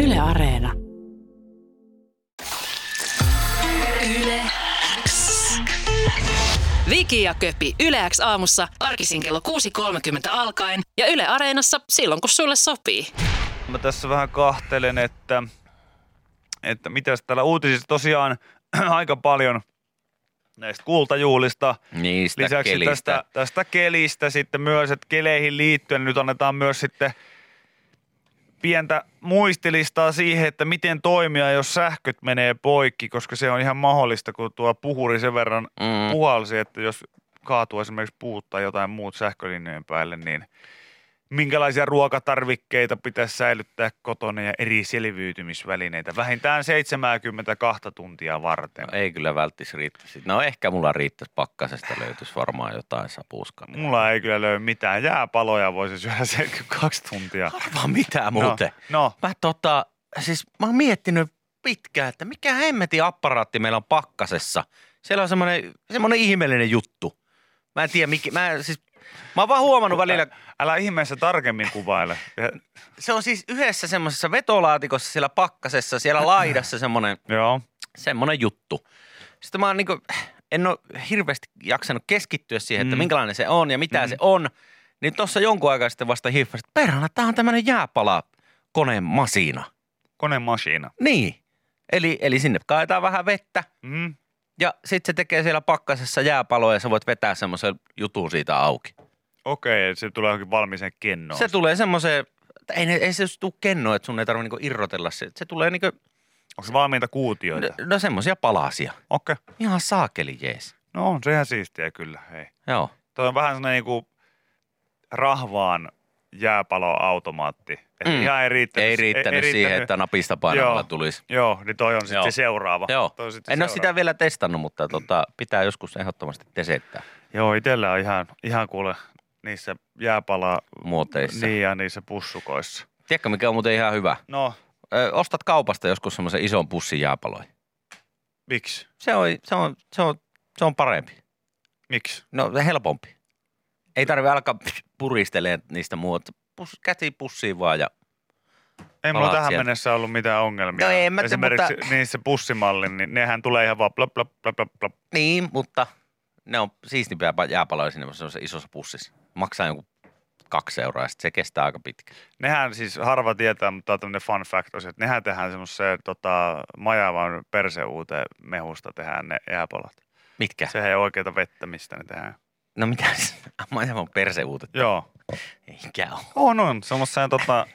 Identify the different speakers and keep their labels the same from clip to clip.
Speaker 1: Yle Areena.
Speaker 2: Yle X. Viki ja Köpi Yle X aamussa arkisin kello 6.30 alkaen ja Yle Areenassa silloin kun sulle sopii.
Speaker 3: Mä tässä vähän kahtelen, että, että mitäs täällä uutisissa tosiaan aika paljon näistä kultajuhlista.
Speaker 4: Niistä
Speaker 3: Lisäksi
Speaker 4: kelistä.
Speaker 3: Tästä, tästä kelistä sitten myös, että keleihin liittyen nyt annetaan myös sitten pientä muistilistaa siihen, että miten toimia, jos sähköt menee poikki, koska se on ihan mahdollista, kun tuo puhuri sen verran
Speaker 4: Mm.
Speaker 3: puhalsi, että jos kaatuu esimerkiksi puut tai jotain muut sähkölinjojen päälle, niin minkälaisia ruokatarvikkeita pitäisi säilyttää kotona ja eri selviytymisvälineitä vähintään 72 tuntia varten.
Speaker 4: No ei kyllä välttis riittäisi. No ehkä mulla riittäisi pakkasesta, löytyisi varmaan jotain sapuskaa.
Speaker 3: Mulla ei kyllä löy mitään. Jääpaloja voisi syödä 72 tuntia.
Speaker 4: Vaan mitään muuten.
Speaker 3: No,
Speaker 4: Mä tota, siis mä oon miettinyt pitkään, että mikä hemmetin apparaatti meillä on pakkasessa. Siellä on semmoinen, semmoinen ihmeellinen juttu. Mä en tiedä, mikä, mä, en siis, mä oon vaan huomannut välillä,
Speaker 3: no älä ihmeessä tarkemmin kuvaile. Ja,
Speaker 4: se on siis yhdessä semmoisessa vetolaatikossa siellä pakkasessa, siellä laidassa semmoinen
Speaker 3: joo,
Speaker 4: semmoinen juttu. Sitten mä oon niinku, en ole hirveästi jaksanut keskittyä siihen, että
Speaker 3: Mm.
Speaker 4: minkälainen se on ja mitä se on. Niin tuossa jonkun aikaa sitten vasta hiffasin, että perhana, tää on tämmöinen jääpala koneen masina.
Speaker 3: konemasiina.
Speaker 4: Niin. Eli, eli sinne kaetaan vähän vettä
Speaker 3: Mm.
Speaker 4: ja sitten se tekee siellä pakkasessa jääpaloa ja sä voit vetää semmoisen jutun siitä auki.
Speaker 3: Okei, se tulee johonkin valmiiseen kennoon.
Speaker 4: Se tulee semmoiseen, että ei, ne- ei se tule kennoa, että sun ei tarvitse niinku irrotella se. Se tulee niinku,
Speaker 3: Onko se valmiita kuutioita?
Speaker 4: no, no semmoisia palasia.
Speaker 3: Okei.
Speaker 4: Ihan saakeli jees.
Speaker 3: No on, sehän siistiä kyllä, hei.
Speaker 4: Joo.
Speaker 3: Toi on vähän sellainen niinku rahvaan jääpaloautomaatti. Et
Speaker 4: Mm.
Speaker 3: Ihan ei riittänyt.
Speaker 4: Ei riittänyt,
Speaker 3: ei
Speaker 4: siihen, että napista painamalla
Speaker 3: Joo.
Speaker 4: tulisi.
Speaker 3: Joo, niin toi on sitten
Speaker 4: Joo.
Speaker 3: se seuraava.
Speaker 4: Joo.
Speaker 3: Toi on sit se
Speaker 4: En ole
Speaker 3: seuraava.
Speaker 4: sitä vielä testannut, mutta tota, pitää joskus ehdottomasti tesettää
Speaker 3: Joo, itsellä on ihan, ihan kuule niissä jääpala
Speaker 4: muoteissa. Niin.
Speaker 3: niin ja niissä pussukoissa.
Speaker 4: Tiedätkö, mikä on muuten ihan hyvä?
Speaker 3: No,
Speaker 4: Ö, ostat kaupasta joskus semmoisen ison pussin jääpaloja.
Speaker 3: miksi?
Speaker 4: Se on, se on, se on, se on parempi.
Speaker 3: Miksi?
Speaker 4: No helpompi. Ei tarvi alkaa puristelee niistä muuta. Pus, käsi pussiin vaan ja
Speaker 3: Ei mulla
Speaker 4: Palaat
Speaker 3: tähän
Speaker 4: sieltä.
Speaker 3: mennessä ollut mitään ongelmia.
Speaker 4: No ei mä tiedä,
Speaker 3: Esimerkiksi
Speaker 4: mutta-
Speaker 3: niissä pussimallin, niin nehän tulee ihan vaan blap, blap, blap, blap, blap.
Speaker 4: niin, mutta ne on siistimpiä pa- jääpaloja sinne semmoisessa isossa pussissa. Maksaa joku kaksi euroa ja sit se kestää aika pitkä.
Speaker 3: Nehän siis harva tietää, mutta tämä on tämmöinen fun fact, on se, että nehän tehdään semmoiseen tota, majavan perseuuteen mehusta tehdään ne jääpalat.
Speaker 4: Mitkä? Se...
Speaker 3: Sehän ei ole oikeita vettä, mistä ne tehdään.
Speaker 4: No mitä? Mä oon aivan perseuutet.
Speaker 3: Joo.
Speaker 4: Eikä oo.
Speaker 3: On, on. Semmoisen tota,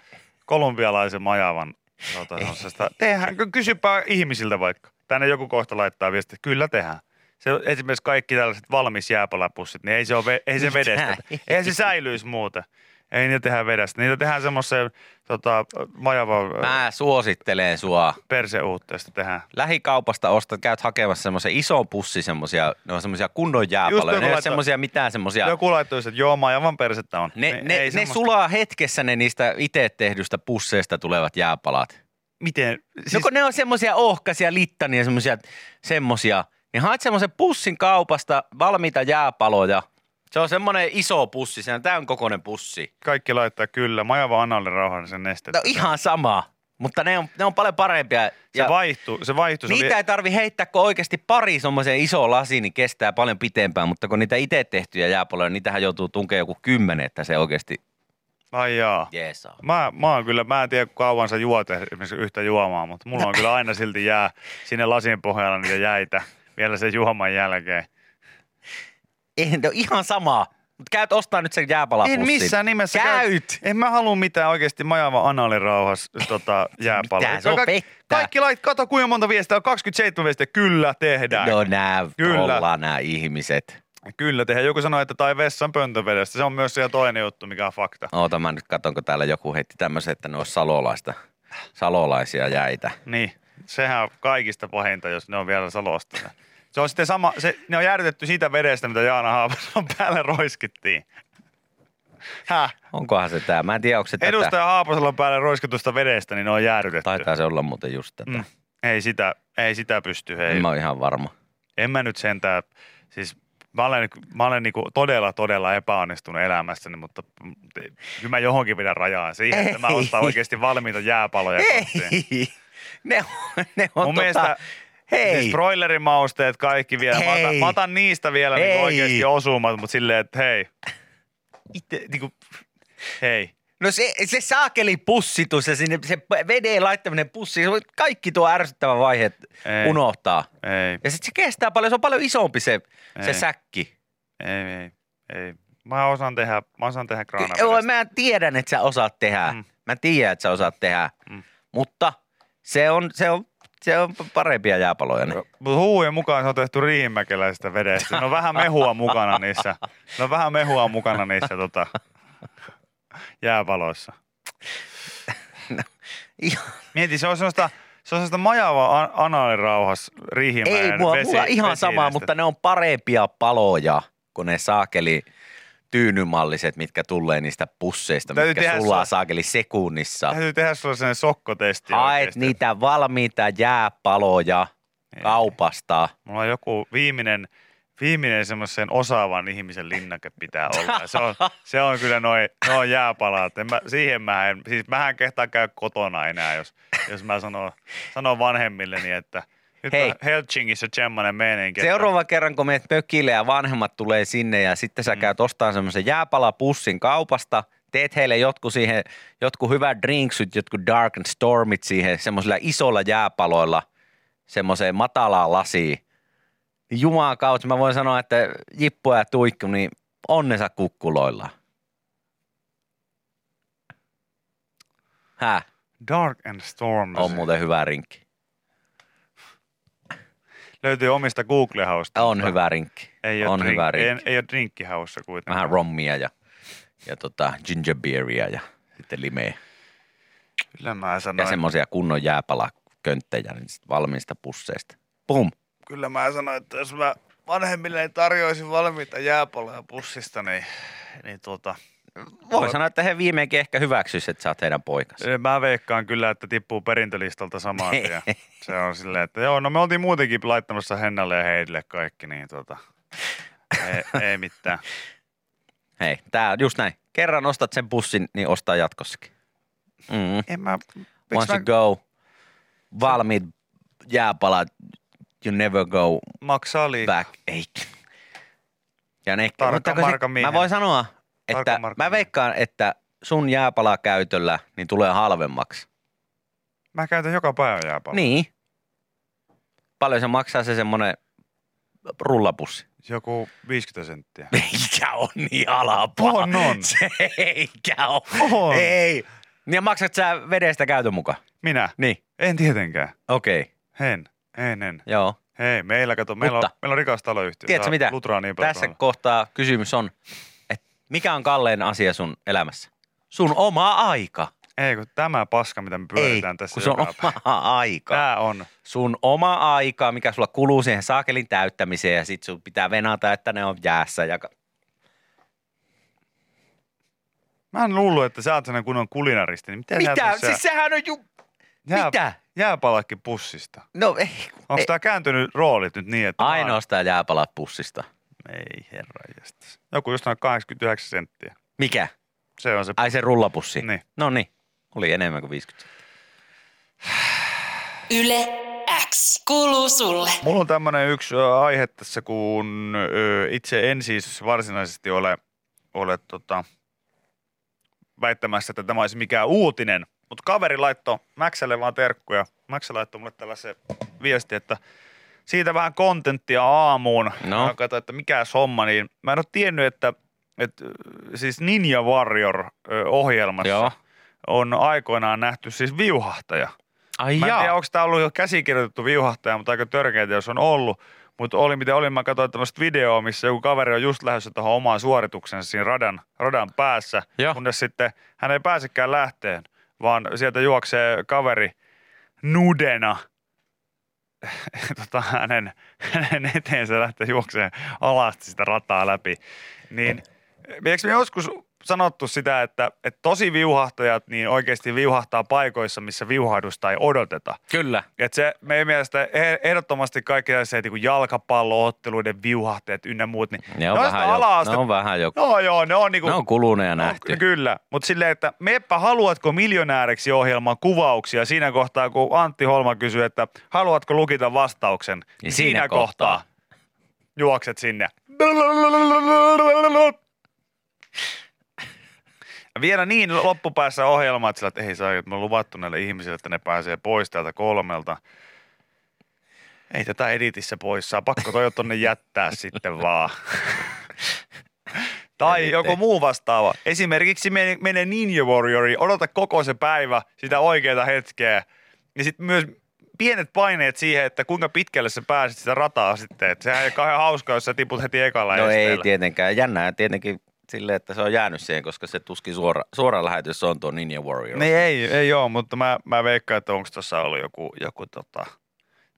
Speaker 3: kolumbialaisen majavan. Tota, semmosesta- tehdään, ky- kysypä ihmisiltä vaikka. Tänne joku kohta laittaa viestiä, että kyllä tehdään. Se, on esimerkiksi kaikki tällaiset valmis jääpalapussit, niin ei se, ole, ve- ei se
Speaker 4: Mitä?
Speaker 3: vedestä. Eihän se säilyisi muuta. Ei niitä tehdä vedestä. Niitä tehdään semmoiseen tota, majavan
Speaker 4: Mä suosittelen sua.
Speaker 3: perseuutteesta tehdään.
Speaker 4: Lähikaupasta ostat, käyt hakemassa semmoisen ison pussi semmoisia, ne on semmoisia kunnon
Speaker 3: Just
Speaker 4: jääpaloja.
Speaker 3: joku
Speaker 4: Ne ei ole
Speaker 3: laittaa-
Speaker 4: semmoisia mitään semmoisia.
Speaker 3: Joku laittoi, että joo, majavan persettä on.
Speaker 4: Ne,
Speaker 3: Niin
Speaker 4: ne,
Speaker 3: ei
Speaker 4: ne
Speaker 3: semmoista-
Speaker 4: sulaa hetkessä ne niistä itse tehdystä pusseista tulevat jääpalat. Siis...
Speaker 3: Miten?
Speaker 4: No kun ne on semmoisia ohkaisia littania, semmoisia, semmosia. Niin haet semmoisen pussin kaupasta valmiita jääpaloja. Se on semmoinen iso pussi, se on tämän kokoinen pussi.
Speaker 3: Kaikki laittaa kyllä. Majava analle rauhallisen nestettä.
Speaker 4: No ihan sama, mutta ne on, ne on paljon parempia.
Speaker 3: Se vaihtuu. Se vaihtuu. Se oli-
Speaker 4: Niitä ei tarvi heittää, kun oikeasti pari semmoiseen isoon lasiin, niin kestää paljon pitempään, mutta kun niitä itse tehtyjä jääpaloja, niin niitähän joutuu tunkemaan joku kymmenen, että se oikeasti
Speaker 3: Ai jaa.
Speaker 4: jeesaa.
Speaker 3: Mä, mä oon kyllä, mä en tiedä kuinka kauan sä juot esimerkiksi yhtä juomaa, mutta
Speaker 4: No.
Speaker 3: mulla on kyllä aina silti jää sinne lasin pohjalla niitä jäitä vielä sen juoman jälkeen.
Speaker 4: Ei, ne on ihan sama. Mutta käyt ostaa nyt sen jääpalapussin.
Speaker 3: En missään nimessä
Speaker 4: Käyt!
Speaker 3: En mä halua mitään oikeasti majava analirauhas tota, jääpaloa.
Speaker 4: Mitä? Se on
Speaker 3: Ka-
Speaker 4: vettä.
Speaker 3: Kaikki lait, kato kuinka monta viestiä on, 27 viestiä, kyllä tehdään.
Speaker 4: No nää,
Speaker 3: Kyllä.
Speaker 4: Kyllä. ollaan nämä ihmiset.
Speaker 3: Kyllä tehdään. Joku sanoi, että tai vessan pöntövedestä. Se on myös siellä toinen juttu, mikä on fakta.
Speaker 4: Oota mä nyt katon, kun täällä joku heitti tämmöisen, että ne on salolaista, salolaisia jäitä.
Speaker 3: Niin, sehän on kaikista pahinta, jos ne on vielä salosta. Se on sitten sama, se, ne on jäädytetty siitä vedestä, mitä Jaana Haapasalon päälle roiskittiin. Häh?
Speaker 4: Onkohan se tää? Mä en tiedä, onko se tätä.
Speaker 3: Edustaja Haapasalon päälle roiskitusta vedestä, niin ne on jäädytetty.
Speaker 4: Taitaa se olla muuten just tätä.
Speaker 3: Mm.
Speaker 4: Mm,
Speaker 3: Ei sitä, ei sitä pysty, hei.
Speaker 4: en mä ole ihan varma.
Speaker 3: En mä nyt sentään, siis Mä olen, mä olen niinku todella, todella epäonnistunut elämässäni, mutta kyllä mä johonkin pidän rajaa siihen, että mä
Speaker 4: Ei.
Speaker 3: ottaa oikeasti valmiita jääpaloja kotiin.
Speaker 4: Ei, ne on, ne on
Speaker 3: Mun
Speaker 4: tota,
Speaker 3: mielestä-
Speaker 4: hei,
Speaker 3: Siis broilerimausteet kaikki vielä. Mä otan,
Speaker 4: Hei.
Speaker 3: mä otan niistä vielä
Speaker 4: Hei.
Speaker 3: niinku oikeasti osumat, mutta silleen, että hei. Itse, niinku, hei.
Speaker 4: no se, se saakeli pussitus ja sinne, se veden laittaminen pussiin, se voi kaikki tuo ärsyttävä vaihe
Speaker 3: Ei.
Speaker 4: unohtaa.
Speaker 3: Ei,
Speaker 4: Ja sitten se kestää paljon, se on paljon isompi se, se
Speaker 3: Ei.
Speaker 4: säkki.
Speaker 3: ei, ei, ei. Mä osaan tehdä, mä osaan tehdä
Speaker 4: Joo,
Speaker 3: kraanavedestä.
Speaker 4: mä tiedän, että sä osaat tehdä.
Speaker 3: Mm.
Speaker 4: Mm. Mä tiedän, että sä osaat tehdä.
Speaker 3: Mm.
Speaker 4: Mm. Mutta se on, se on, se on parempia jääpaloja. Ne.
Speaker 3: Mut Huujen mukaan se on tehty riihimäkeläisestä vedestä. Siinä on vähän mehua mukana niissä. Siinä on vähän mehua mukana niissä tota, jääpaloissa.
Speaker 4: No, Ihan-
Speaker 3: Mieti, se on sellaista, se on sellaista majavaa anaalirauhas riihimäen
Speaker 4: Ei, mulla,
Speaker 3: vesi,
Speaker 4: mulla ihan sama,
Speaker 3: vesinestettä.
Speaker 4: mutta ne on parempia paloja kuin ne saakeli tyynymalliset, mitkä tulee niistä pusseista,
Speaker 3: Täytyy
Speaker 4: mitkä
Speaker 3: tehdä
Speaker 4: sulaa
Speaker 3: se-
Speaker 4: saakeli sekunnissa.
Speaker 3: Täytyy tehdä sulla sellainen sokkotesti
Speaker 4: Haet
Speaker 3: oikeesti.
Speaker 4: niitä valmiita jääpaloja
Speaker 3: Ei.
Speaker 4: kaupasta.
Speaker 3: Mulla on joku viimeinen, viimeinen semmoisen osaavan ihmisen linnake pitää olla. Ja Se on, se on kyllä noin noi jääpalat. En mä, siihen mä en, siis mähän kehtaa käy kotona enää, jos, jos mä sanon, sanon vanhemmilleni, että nyt
Speaker 4: Hei.
Speaker 3: on Helsingissä semmoinen meininki. että-
Speaker 4: Seuraava kerran, kun menet mökille ja vanhemmat tulee sinne ja sitten sä käyt ostamaan semmoisen jääpalapussin kaupasta, teet heille jotkut siihen, jotkut hyvät drinksit, jotkut dark and stormit siihen semmoisilla isolla jääpaloilla semmoiseen matalaan lasiin. Niin Jumalan kautta mä voin sanoa, että Jippo ja Tuikku, niin onnensa kukkuloilla. Häh?
Speaker 3: Dark and Storm.
Speaker 4: On muuten hyvä rinkki.
Speaker 3: Löytyy omista Google-hausta.
Speaker 4: On
Speaker 3: mutta
Speaker 4: hyvä rinkki.
Speaker 3: Ei ole,
Speaker 4: On
Speaker 3: drink,
Speaker 4: hyvä rinkki.
Speaker 3: ei, ei ole drinkkihaussa kuitenkaan.
Speaker 4: vähän rommia ja, ja tota ginger beeria ja sitten limeä.
Speaker 3: Kyllä mä
Speaker 4: Ja
Speaker 3: sanoin.
Speaker 4: semmoisia kunnon jääpalakönttejä niin sit valmiista pusseista. Pum.
Speaker 3: Kyllä mä sanoin, että jos mä vanhemmille tarjoisin valmiita jääpaloja pussista, niin, niin tuota...
Speaker 4: Voi sanoa, että he viimeinkin ehkä hyväksyisivät, että sä oot heidän poikansa.
Speaker 3: Mä veikkaan kyllä, että tippuu perintölistalta samaan
Speaker 4: Niin.
Speaker 3: tien. Se on silleen, että joo, no me oltiin muutenkin laittamassa Hennalle ja Heidille kaikki, niin tuota... Ei, ei mitään.
Speaker 4: Hei, tää on just näin. Kerran ostat sen pussin, niin ostaa jatkossakin. Mm.
Speaker 3: En mä... Miksi
Speaker 4: Once
Speaker 3: mä
Speaker 4: you go, valmiit jääpalat, you never go
Speaker 3: maksaa liikaa?
Speaker 4: back. Ei. Ja ne,
Speaker 3: Tarkan
Speaker 4: mutta kun se-
Speaker 3: markan miehen.
Speaker 4: mä voin sanoa, että
Speaker 3: Tarkan markan
Speaker 4: mä veikkaan, että sun jääpalakäytöllä niin tulee halvemmaksi.
Speaker 3: Mä käytän joka päivä jääpaloja.
Speaker 4: Niin. Paljon se maksaa se semmonen rullapussi.
Speaker 3: Joku 50 senttiä.
Speaker 4: Eikä on niin alapa.
Speaker 3: On, on.
Speaker 4: Se eikä on.
Speaker 3: On.
Speaker 4: Ei. Ja maksat sä vedestä käytön mukaan?
Speaker 3: Minä?
Speaker 4: Niin.
Speaker 3: En tietenkään.
Speaker 4: Okei, okay.
Speaker 3: En. En, en.
Speaker 4: joo.
Speaker 3: Hei, meillä kato, meillä, on,
Speaker 4: Mutta-
Speaker 3: meillä on rikas taloyhtiö.
Speaker 4: Tiedätkö
Speaker 3: Saa
Speaker 4: mitä?
Speaker 3: Lutraa niin paljon
Speaker 4: Tässä
Speaker 3: kuin-
Speaker 4: kohtaa kysymys on, että mikä on kallein asia sun elämässä? Sun oma aika.
Speaker 3: Ei, kun tämä paska, mitä me pyöritään
Speaker 4: Ei,
Speaker 3: tässä
Speaker 4: kun se on
Speaker 3: joka päivä.
Speaker 4: oma aika.
Speaker 3: Tämä on.
Speaker 4: Sun oma aika, mikä sulla kuluu siihen saakelin täyttämiseen ja sit sun pitää venata, että ne on jäässä. Ja... ka-
Speaker 3: Mä en luullut, että sä oot sellainen kunnon kulinaristi. Niin miten Sä
Speaker 4: Mitä?
Speaker 3: et oo
Speaker 4: Siis
Speaker 3: siellä
Speaker 4: sehän on ju...
Speaker 3: jää,
Speaker 4: Mitä?
Speaker 3: Jääpalakki pussista.
Speaker 4: No ei.
Speaker 3: Onko
Speaker 4: ei.
Speaker 3: tää kääntynyt roolit nyt niin, että... mä oon-
Speaker 4: Ainoastaan jääpalat pussista.
Speaker 3: Ei herra jästäs. Joku just noin 89 senttiä.
Speaker 4: Mikä?
Speaker 3: Se on se...
Speaker 4: Ai se rullapussi.
Speaker 3: Niin.
Speaker 4: No niin. Oli enemmän kuin 50.
Speaker 2: Yle X kuuluu sulle.
Speaker 3: Mulla on tämmönen yksi ö, aihe tässä, kun ö, itse en siis varsinaisesti ole, ole tota, väittämässä, että tämä olisi mikään uutinen. Mutta kaveri laittoi Mäksälle vaan terkkuja. Mäksä laittoi mulle tällaisen viesti, että siitä vähän kontenttia aamuun.
Speaker 4: No.
Speaker 3: Mä katsoin, että mikä homma, niin mä en ole tiennyt, että, että ö, siis Ninja Warrior ö, ohjelmassa
Speaker 4: Joo.
Speaker 3: on aikoinaan nähty siis viuhahtaja.
Speaker 4: Ai
Speaker 3: Mä en tiedä,
Speaker 4: jaa.
Speaker 3: onko tämä ollut jo käsikirjoitettu viuhahtaja, mutta aika törkeitä, jos on ollut. Mutta oli miten oli, mä katsoin tämmöistä videoa, missä joku kaveri on just lähdössä tuohon omaan suorituksensa siinä radan, radan päässä,
Speaker 4: Joo.
Speaker 3: kunnes sitten hän ei pääsekään lähteen, vaan sieltä juoksee kaveri nudena tota, hänen, hänen eteensä lähtee juokseen alasti sitä rataa läpi. Niin, eikö me joskus sanottu sitä, että, että tosi viuhahtajat niin oikeasti viuhahtaa paikoissa, missä viuhahdusta ei odoteta.
Speaker 4: Kyllä.
Speaker 3: Et se meidän mielestä eh- ehdottomasti kaikki se niin jalkapallootteluiden viuhahtajat ynnä muut, niin
Speaker 4: Ne on,
Speaker 3: on sitä
Speaker 4: vähän jo,
Speaker 3: ala-aste-
Speaker 4: ne on vähän jo.
Speaker 3: no joo, ne on niinku,
Speaker 4: Ne on kuluneja
Speaker 3: No,
Speaker 4: nähty.
Speaker 3: Kyllä, mutta silleen, että meppä haluatko miljonääriksi ohjelman kuvauksia siinä kohtaa, kun Antti Holma kysyy, että haluatko lukita vastauksen.
Speaker 4: Niin siinä kohtaa.
Speaker 3: juokset sinne. Vielä niin loppupäässä ohjelmaa, että, sillä, että ei saa, että me on luvattu näille ihmisille, että ne pääsee pois täältä kolmelta. Ei tätä editissä pois saa, pakko toi tonne jättää sitten vaan. Tai
Speaker 4: Eli
Speaker 3: joku
Speaker 4: te-
Speaker 3: muu vastaava. Esimerkiksi mene, mene Ninja Warrioriin, odota koko se päivä sitä oikeaa hetkeä. Ja sitten myös pienet paineet siihen, että kuinka pitkälle sä pääset sitä rataa sitten. Et sehän ei ole kauhean hauskaa, jos sä tiput heti ekalla
Speaker 4: No ei
Speaker 3: esteellä.
Speaker 4: tietenkään. Jännää tietenkin silleen, että se on jäänyt siihen, koska se tuskin suora, suora lähetys on tuo Ninja Warrior.
Speaker 3: Niin ei, ei ole, mutta mä, mä veikkaan, että onko tuossa ollut joku, joku tota,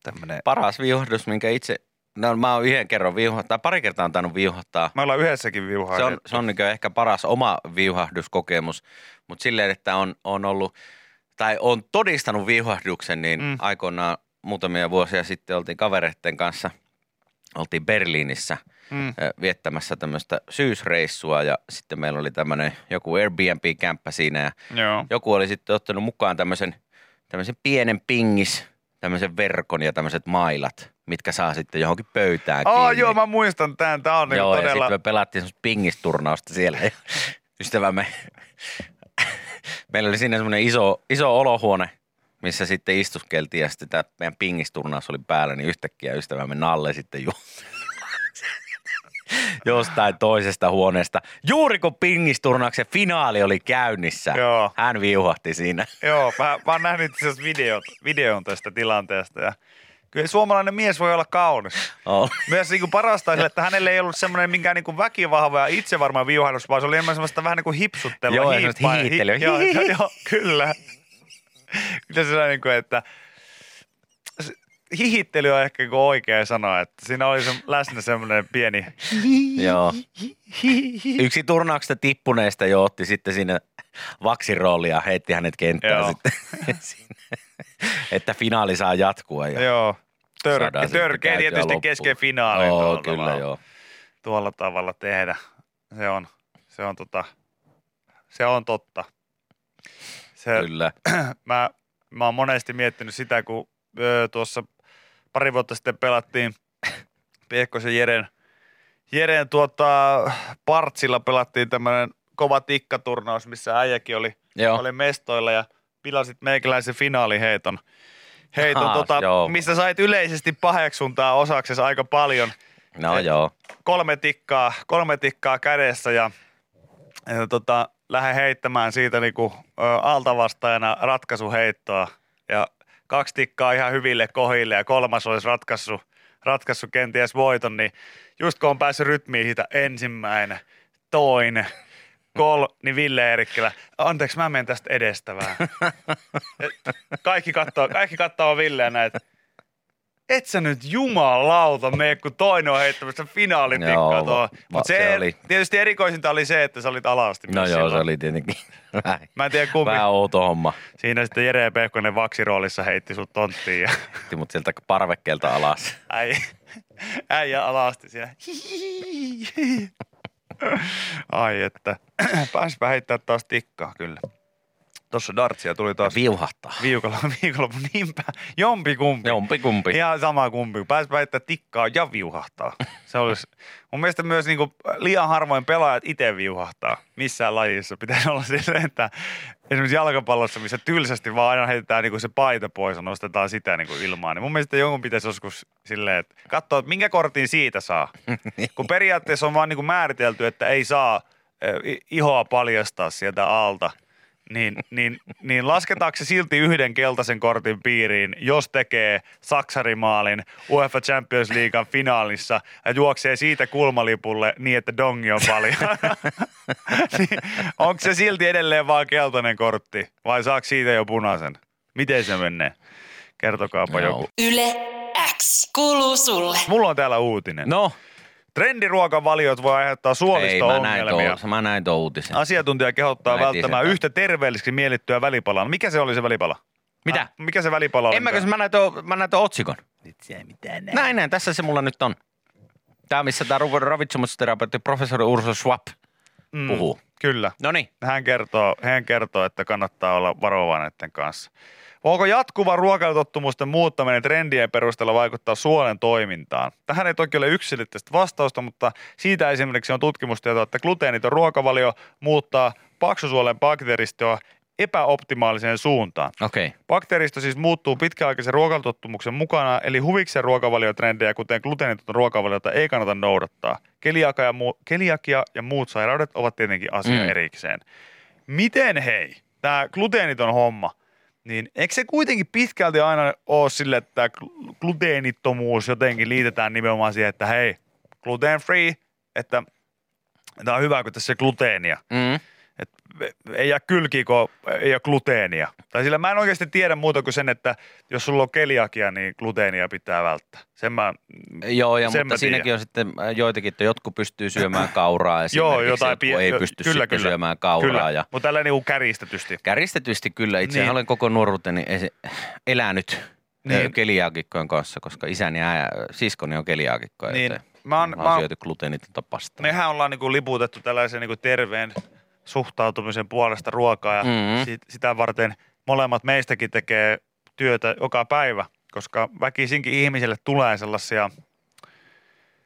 Speaker 3: tämmönen...
Speaker 4: Paras viuhdus, minkä itse... No, mä oon yhden kerran viuhahtaa, pari kertaa on tainnut viuhahtaa.
Speaker 3: Mä ollaan yhdessäkin viuhaa.
Speaker 4: Se on, se on niin ehkä paras oma viuhahduskokemus, mutta silleen, että on, on ollut tai on todistanut viuhahduksen, niin
Speaker 3: Mm.
Speaker 4: mm. aikoinaan muutamia vuosia sitten oltiin kavereiden kanssa, oltiin Berliinissä
Speaker 3: Mm.
Speaker 4: ö, viettämässä tämmöistä syysreissua ja sitten meillä oli tämmöinen joku Airbnb-kämppä siinä ja
Speaker 3: Joo.
Speaker 4: joku oli sitten ottanut mukaan tämmöisen, tämmöisen pienen pingis, tämmöisen verkon ja tämmöiset mailat, mitkä saa sitten johonkin pöytään
Speaker 3: Aa,
Speaker 4: kiinni.
Speaker 3: joo, mä muistan tämän. Tää on niin
Speaker 4: niin. Joo, ja
Speaker 3: todella...
Speaker 4: sitten me pelattiin semmoista pingisturnausta siellä. Ja Ystävämme, meillä oli siinä semmoinen iso, iso olohuone, missä sitten istuskeltiin ja sitten tämä meidän pingisturnaus oli päällä, niin yhtäkkiä ystävämme Nalle sitten ju- jostain toisesta huoneesta. Juuri kun pingisturnauksen finaali oli käynnissä,
Speaker 3: Joo.
Speaker 4: hän viuhahti siinä.
Speaker 3: Joo, mä, mä oon nähnyt itse asiassa videot, videon tästä tilanteesta ja kyllä suomalainen mies voi olla kaunis.
Speaker 4: Oh.
Speaker 3: Myös niin kuin parasta on se, että hänellä ei ollut semmoinen minkään niin kuin väkivahva ja itse varmaan viuhannus, vaan se oli enemmän semmoista vähän niin kuin hipsuttelua.
Speaker 4: Joo, ja semmoista
Speaker 3: hiippaa- hi-
Speaker 4: hiihittelyä.
Speaker 3: joo, joo, joo, kyllä. Kyllä se niin kuin, että se- hihittely on ehkä niin kuin oikea sana, että siinä oli se, läsnä semmoinen pieni
Speaker 4: Joo. Yksi turnauksesta tippuneesta jo otti sitten siinä vaksiroolia, heitti hänet kenttään
Speaker 3: Joo.
Speaker 4: sitten. sinne, että finaali saa jatkua. Ja
Speaker 3: Joo. Tör,
Speaker 4: saadaan sitten
Speaker 3: törkeä
Speaker 4: käytyä
Speaker 3: tietysti
Speaker 4: loppuun.
Speaker 3: kesken finaalin.
Speaker 4: Joo,
Speaker 3: tuolla
Speaker 4: kyllä
Speaker 3: tavalla.
Speaker 4: joo.
Speaker 3: tuolla tavalla tehdä. Se on, se on, tota, se on totta. Se,
Speaker 4: Kyllä.
Speaker 3: mä, mä oon monesti miettinyt sitä, kun öö, tuossa pari vuotta sitten pelattiin Piekkosen Jeren, Jeren tuota, partsilla pelattiin tämmöinen kova tikkaturnaus, missä äijäkin oli,
Speaker 4: Joo.
Speaker 3: oli mestoilla ja pilasit meikäläisen finaaliheiton. Heiton,
Speaker 4: Ahaa,
Speaker 3: tota,
Speaker 4: Ah, joo.
Speaker 3: mistä sait yleisesti paheksuntaa osaksesi aika paljon
Speaker 4: No
Speaker 3: Et-
Speaker 4: joo.
Speaker 3: kolme tikkaa, kolme tikkaa kädessä ja, ja tota, lähden heittämään siitä niinku, ö, altavastaajana ratkaisuheittoa. Ja kaksi tikkaa ihan hyville kohille ja kolmas olisi ratkaissut, ratkaissut kenties voiton, niin just kun on päässyt rytmiin siitä ensimmäinen, toinen, kol, niin Ville Eerikkilä, anteeksi mä menen tästä edestävään. kaikki kattoo, kaikki kattoo Villeä näitä et sä nyt jumalauta mene, kun toinen on heittämässä finaalitikkaa
Speaker 4: Joo,
Speaker 3: tuohon.
Speaker 4: va-
Speaker 3: Mutta se,
Speaker 4: se
Speaker 3: se
Speaker 4: oli.
Speaker 3: tietysti erikoisinta oli se, että sä olit alasti
Speaker 4: No
Speaker 3: myös
Speaker 4: joo, se
Speaker 3: silloin.
Speaker 4: oli tietenkin vähän,
Speaker 3: Mä en tiedä kumpi.
Speaker 4: vähän outo homma.
Speaker 3: Siinä sitten Jere Pehkonen vaksiroolissa heitti sut tonttiin ja
Speaker 4: Otti mut sieltä parvekkeelta alas.
Speaker 3: äijä, äijä alasti siellä. Ai että, pääsipä heittää taas tikkaa kyllä. Tuossa dartsia tuli
Speaker 4: Ja
Speaker 3: taas
Speaker 4: viuhahtaa.
Speaker 3: viikolla, viikolla, niinpä, jompi kumpi.
Speaker 4: Jompi kumpi.
Speaker 3: Ihan sama kumpi. Pääs väittää tikkaa ja viuhahtaa. Se olisi, mun mielestä myös niinku liian harvoin pelaajat itse viuhahtaa missään lajissa. Pitäisi olla silleen, että esimerkiksi jalkapallossa, missä tylsästi vaan aina heitetään niinku se paita pois ja nostetaan sitä niinku ilmaan. Niin mun mielestä jonkun pitäisi joskus silleen, että katsoa, että minkä kortin siitä saa. Kun periaatteessa on vaan niinku määritelty, että ei saa ö, i- ihoa paljastaa sieltä alta. Niin, niin, niin lasketaanko se silti yhden keltaisen kortin piiriin, jos tekee saksarimaalin UEFA Champions Leaguean finaalissa ja juoksee siitä kulmalipulle niin, että dongi on paljon? niin, onko se silti edelleen vaan keltainen kortti vai saako siitä jo punaisen? Miten se menee? Kertokaapa
Speaker 4: Joo.
Speaker 3: joku.
Speaker 2: Yle X kuuluu sulle.
Speaker 3: Mulla on täällä uutinen.
Speaker 4: No,
Speaker 3: Trendiruokavaliot voi aiheuttaa
Speaker 4: Ei,
Speaker 3: suolista
Speaker 4: mä näin,
Speaker 3: ongelmia.
Speaker 4: tuon, mä näin tuon uutisen.
Speaker 3: Asiantuntija kehottaa
Speaker 4: Mä näin
Speaker 3: välttämään
Speaker 4: tiisetään.
Speaker 3: yhtä terveelliseksi miellettyä välipalaa. Mikä se oli se välipala?
Speaker 4: Mitä?
Speaker 3: Ah, Mikä se välipala oli?
Speaker 4: en mä, kun mä näin tuon, mä näin tuon otsikon.
Speaker 3: Nyt se mitään näin.
Speaker 4: Näin, näin, tässä se mulla nyt on. Tämä, missä tämä ravitsemusterapeutti professori Urso Schwab
Speaker 3: Mm,
Speaker 4: puhuu.
Speaker 3: Kyllä.
Speaker 4: No niin.
Speaker 3: Hän kertoo, hän kertoo, että kannattaa olla varovainen näiden kanssa. Voiko jatkuva ruokailutottumusten muuttaminen trendien perusteella vaikuttaa suolen toimintaan? Tähän ei toki ole yksilitteistä vastausta, mutta siitä esimerkiksi on tutkimustietoa, että gluteeniton ruokavalio muuttaa paksusuolen bakteeristoa epäoptimaaliseen suuntaan.
Speaker 4: Okei. Okay.
Speaker 3: Bakteeristo siis muuttuu pitkäaikaisen ruokailutottumuksen mukana, eli huviksen ruokavaliotrendejä, kuten gluteenitonta ruokavaliota, ei kannata noudattaa. Keliakia ja, muu, keliakia ja muut sairaudet ovat tietenkin asia
Speaker 4: Mm.
Speaker 3: mm. erikseen. Miten hei, tämä gluteeniton homma, niin eikö se kuitenkin pitkälti aina ole sille, että tää gl- gluteenittomuus jotenkin liitetään nimenomaan siihen, että hei, gluten free, että tämä on hyvä, kun tässä ei gluteenia.
Speaker 4: Mm.
Speaker 3: Et ei jää kylkiiko, ei ole gluteenia. Tai sillä mä en oikeasti tiedä muuta kuin sen, että jos sulla on keliakia, niin gluteenia pitää välttää. Sen mä,
Speaker 4: Mm. Joo, ja,
Speaker 3: Sen mä
Speaker 4: mutta siinäkin
Speaker 3: tiedän.
Speaker 4: on sitten äh, joitakin, että jotkut pystyy syömään kauraa ja
Speaker 3: Joo, jotain
Speaker 4: jotain
Speaker 3: pie-
Speaker 4: ei
Speaker 3: jo-
Speaker 4: pysty
Speaker 3: kyllä,
Speaker 4: kyllä,
Speaker 3: kyllä.
Speaker 4: sitten kyllä. syömään kauraa.
Speaker 3: kyllä,
Speaker 4: Ja
Speaker 3: mutta tällä niinku kärjistetysti.
Speaker 4: kärjistetysti kyllä. Itse
Speaker 3: Niin.
Speaker 4: niin. olen koko nuoruuteni esi- elänyt
Speaker 3: Niin.
Speaker 4: niin. keliaakikkojen kanssa, koska isäni ja ää- siskoni on keliaakikkoja,
Speaker 3: Niin.
Speaker 4: niin. joten
Speaker 3: Mä oon,
Speaker 4: on,
Speaker 3: mä
Speaker 4: on
Speaker 3: oon,
Speaker 4: syöty gluteenitonta pastaa.
Speaker 3: mehän ollaan niinku liputettu tällaisen niinku terveen suhtautumisen puolesta ruokaa ja
Speaker 4: Mhm.
Speaker 3: mm-hmm. sit, sitä varten molemmat meistäkin tekee työtä joka päivä, koska väkisinkin ihmiselle tulee sellaisia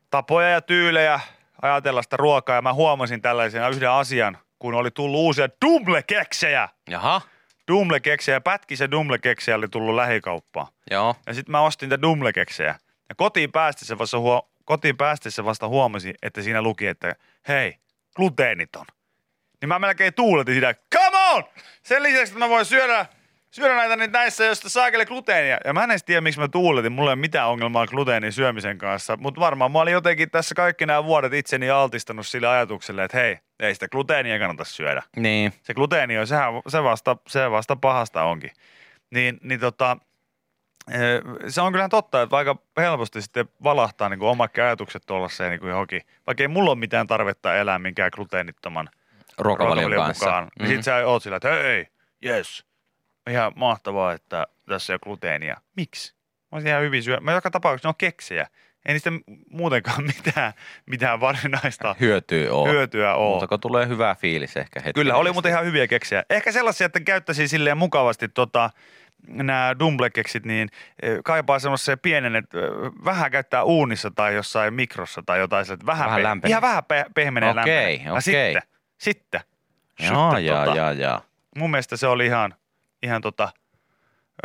Speaker 3: tapoja ja tyylejä ajatella sitä ruokaa ja mä huomasin tällaisen yhden asian, kun oli tullut uusia dumlekeksejä.
Speaker 4: Jaha,
Speaker 3: Dumlekeksejä, pätkisen dumlekeksejä oli tullut lähikauppaan.
Speaker 4: joo.
Speaker 3: Ja sitten mä ostin niitä dumlekeksejä. Ja kotiin päästessä vasta, huo- kotiin päästessä vasta huomasin, että siinä luki, että hei, gluteeniton. Niin mä melkein tuuletin sitä, come on! Sen lisäksi, että mä voin syödä, syödä näitä niin näissä, joista saakeli gluteenia. Ja mä en edes tiedä, miksi mä tuuletin. Mulla ei ole mitään ongelmaa gluteenin syömisen kanssa. Mutta varmaan mä olin jotenkin tässä kaikki nämä vuodet itseni altistanut sille ajatukselle, että hei, ei sitä gluteenia kannata syödä
Speaker 4: Niin.
Speaker 3: se gluteeni on, sehän, se, vasta, se vasta pahasta onkin. Niin, niin tota, ö, se on kyllähän totta, että aika helposti sitten valahtaa niin omatkin ajatukset tuollaiseen niin johonkin, vaikka ei mulla ole mitään tarvetta elää minkään gluteenittoman
Speaker 4: Ruokavalion kanssa.
Speaker 3: mukaan. Niin sit
Speaker 4: Mm.
Speaker 3: sä oot sillä, että hei, yes, ihan mahtavaa, että tässä ei ole gluteenia. Miksi? Mä olisin ihan hyvin syö. Mä joka tapauksessa ne on keksejä. Ei niistä muutenkaan mitään, mitään varsinaista
Speaker 4: Hyötyy oo.
Speaker 3: hyötyä ole.
Speaker 4: Mutta kun tulee hyvä fiilis ehkä heti. niin
Speaker 3: Kyllä, oli muuten ihan hyviä keksejä. Ehkä sellaisia, että käyttäisi silleen mukavasti tota, nämä dumblekeksit, niin eh, kaipaa semmoisen pienen, että eh, vähän käyttää uunissa tai jossain mikrossa tai jotain, sillä, että vähän,
Speaker 4: Vähän
Speaker 3: peh-
Speaker 4: lämpenee.
Speaker 3: ihan vähän pe- pehmenee
Speaker 4: Okei,
Speaker 3: lämpenee. Ja
Speaker 4: okei.
Speaker 3: Sitten, sitten.
Speaker 4: Joo,
Speaker 3: sitten
Speaker 4: jaa,
Speaker 3: tota,
Speaker 4: jaa, jaa.
Speaker 3: Mun mielestä se oli ihan, ihan tota,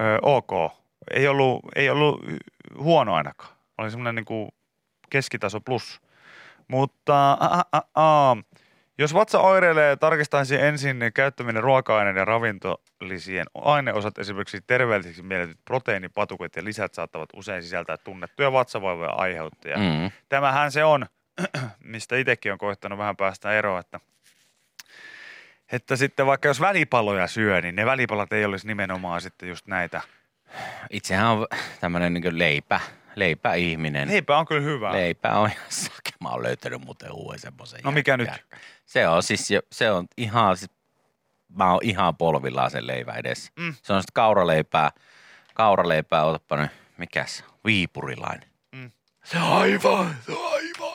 Speaker 3: ö, ok. Ei ollut, ei ollut huono ainakaan. Oli semmoinen niin keskitaso plus. Mutta a, a, a, a. jos vatsa oireilee, tarkistaisin ensin käyttäminen ruoka-aineiden ja ravintolisien aineosat, esimerkiksi terveellisiksi mieletyt proteiinipatukat ja lisät saattavat usein sisältää tunnettuja vatsavaivoja aiheuttajia
Speaker 4: Mm.
Speaker 3: tämähän se on, mistä itsekin on koittanut vähän päästä eroon, että, että sitten vaikka jos välipaloja syö, niin ne välipalat ei olisi nimenomaan sitten just näitä.
Speaker 4: Itsehän on tämmöinen niin leipä, leipäihminen.
Speaker 3: Leipä on kyllä hyvä.
Speaker 4: Leipä on ihan sake. Mä oon löytänyt muuten uuden semmoisen.
Speaker 3: No mikä nyt?
Speaker 4: Se on siis, jo- se on ihan, siis- mä oon ihan polvillaan sen leivän edessä.
Speaker 3: Mm.
Speaker 4: Mm. Se on sitten kauraleipää, kauraleipää, otapa nyt, mikäs, viipurilainen.
Speaker 3: Mm.
Speaker 4: Mm. Se on aivan, se on aivan.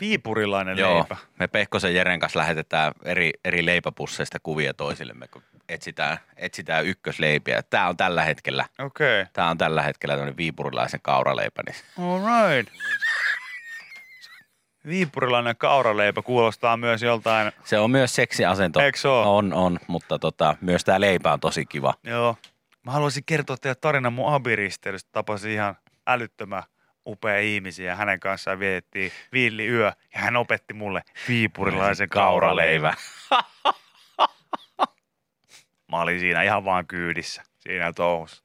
Speaker 3: Viipurilainen
Speaker 4: Joo,
Speaker 3: leipä.
Speaker 4: me Pehkosen Jeren kanssa lähetetään eri, eri leipäpusseista kuvia toisillemme, kun etsitään, etsitään ykkösleipiä. Tämä on tällä hetkellä,
Speaker 3: Okei. Okay.
Speaker 4: tämä on tällä hetkellä tämmöinen viipurilaisen kauraleipä, niin
Speaker 3: All right. Viipurilainen kauraleipä kuulostaa myös joltain.
Speaker 4: Se on myös seksiasento.
Speaker 3: Eikö se oo?
Speaker 4: On, on, mutta tota, myös tämä leipä on tosi kiva.
Speaker 3: Joo. Mä haluaisin kertoa teille tarinan mun abiristeilystä. Tapasin ihan älyttömän upea ihmisiä ja hänen kanssaan vietettiin viilli yö ja hän opetti mulle viipurilaisen kauraleivän. Mä olin siinä ihan vaan kyydissä, siinä touhussa.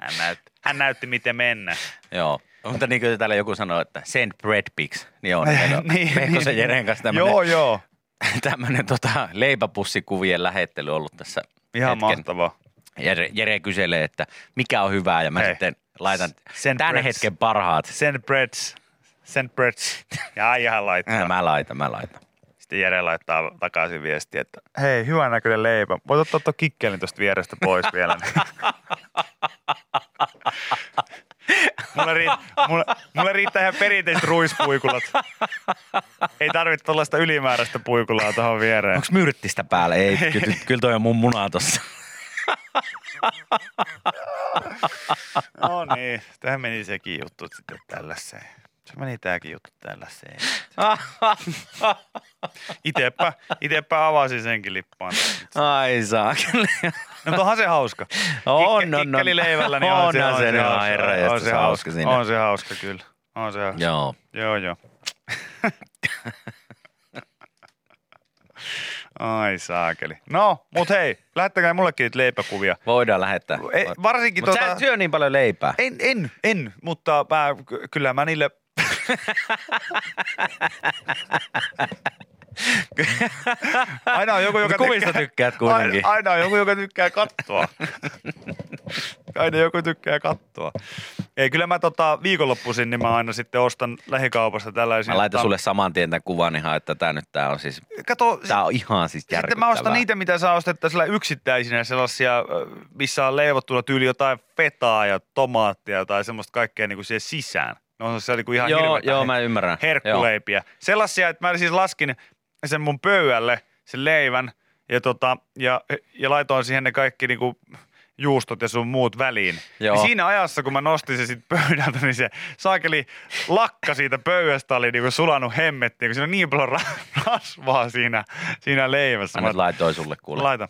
Speaker 3: Hän näytti, hän näytti miten mennä.
Speaker 4: Joo. Mutta niin kuin täällä joku sanoi, että send bread pics, niin on. Meillä on
Speaker 3: Niin,
Speaker 4: Pehkosen
Speaker 3: niin.
Speaker 4: Jeren kanssa
Speaker 3: Joo,
Speaker 4: tämmöinen,
Speaker 3: joo.
Speaker 4: tämmöinen tota, leipäpussikuvien lähettely ollut tässä.
Speaker 3: Ihan
Speaker 4: hetken.
Speaker 3: mahtavaa.
Speaker 4: Jere, Jere kyselee, että mikä on hyvää ja mä
Speaker 3: Hei.
Speaker 4: Hei. sitten laitan
Speaker 3: Send
Speaker 4: tämän
Speaker 3: breads.
Speaker 4: hetken parhaat.
Speaker 3: Send breads. Send birds. Ja ihan laittaa.
Speaker 4: Mä laitan, mä laitan.
Speaker 3: Sitten Jere laittaa takaisin viestiä, että hei, hyvän näköinen leipä. Voit ottaa tuon kikkelin tuosta vierestä pois vielä. mulle, riit- mulle, mulle, riittää ihan perinteiset ruispuikulat. Ei tarvitse tuollaista ylimääräistä puikulaa tuohon viereen.
Speaker 4: Onko myrttistä päälle? Ei, kyllä, kyllä toi on mun munaa tossa.
Speaker 3: No niin, tähän meni sekin juttu sitten tällaiseen. Se meni tääkin juttu tällaiseen. Itepä, itepä avasin senkin lippaan.
Speaker 4: Ai saakeli.
Speaker 3: No mutta onhan se hauska.
Speaker 4: On, on, on.
Speaker 3: Kikkelileivällä, niin
Speaker 4: Onhan se nyt
Speaker 3: hauska.
Speaker 4: ihan herra, josta
Speaker 3: on se
Speaker 4: se
Speaker 3: hauska
Speaker 4: hauska siinä.
Speaker 3: On se hauska, kyllä. On se hauska.
Speaker 4: Joo.
Speaker 3: Joo, joo. Ai saakeli. No, mut hei, lähettäkää mullekin niitä leipäkuvia.
Speaker 4: Voidaan lähettää.
Speaker 3: Ei, varsinkin
Speaker 4: Mutta sä
Speaker 3: tota...
Speaker 4: et syö niin paljon leipää.
Speaker 3: En, en, en, mutta mä, ky- kyllä mä niille... aina on joku, joka
Speaker 4: Mutta kuvista tykkäät kuitenkin.
Speaker 3: Aina, aina on joku, joka tykkää kattoa. aina joku tykkää kattoa. Ei, kyllä mä tota, viikonloppuisin, niin mä aina sitten ostan lähikaupasta tällaisia.
Speaker 4: Mä laitan
Speaker 3: tota-
Speaker 4: sulle saman tien tämän kuvan ihan, että tää nyt tää on siis,
Speaker 3: Kato,
Speaker 4: tää on ihan siis
Speaker 3: sitten mä ostan
Speaker 4: järkyttävää.
Speaker 3: niitä, mitä saa ostettaisiin yksittäisinä sellaisia, ö, missä on leivottuna tyyli jotain fetaa ja tomaattia tai semmoista kaikkea niin kuin siihen sisään. No on se niin kuin ihan
Speaker 4: Joo,
Speaker 3: hirveetä
Speaker 4: joo,
Speaker 3: he-
Speaker 4: mä ymmärrän.
Speaker 3: herkkuleipiä. Joo. Sellaisia, että mä siis laskin sen mun pöydälle, sen leivän ja, tota, ja, ja laitoin siihen ne kaikki niin kuin juustot ja sun muut väliin.
Speaker 4: Joo.
Speaker 3: Niin siinä ajassa, kun mä nostin se sit pöydältä, niin se saakeli lakka siitä pöydästä oli niinku sulanut hemmettiin, kun siinä on niin paljon ra- rasvaa siinä, siinä leivässä.
Speaker 4: Joo. Mä nyt laitoin sulle kuule.
Speaker 3: Laita,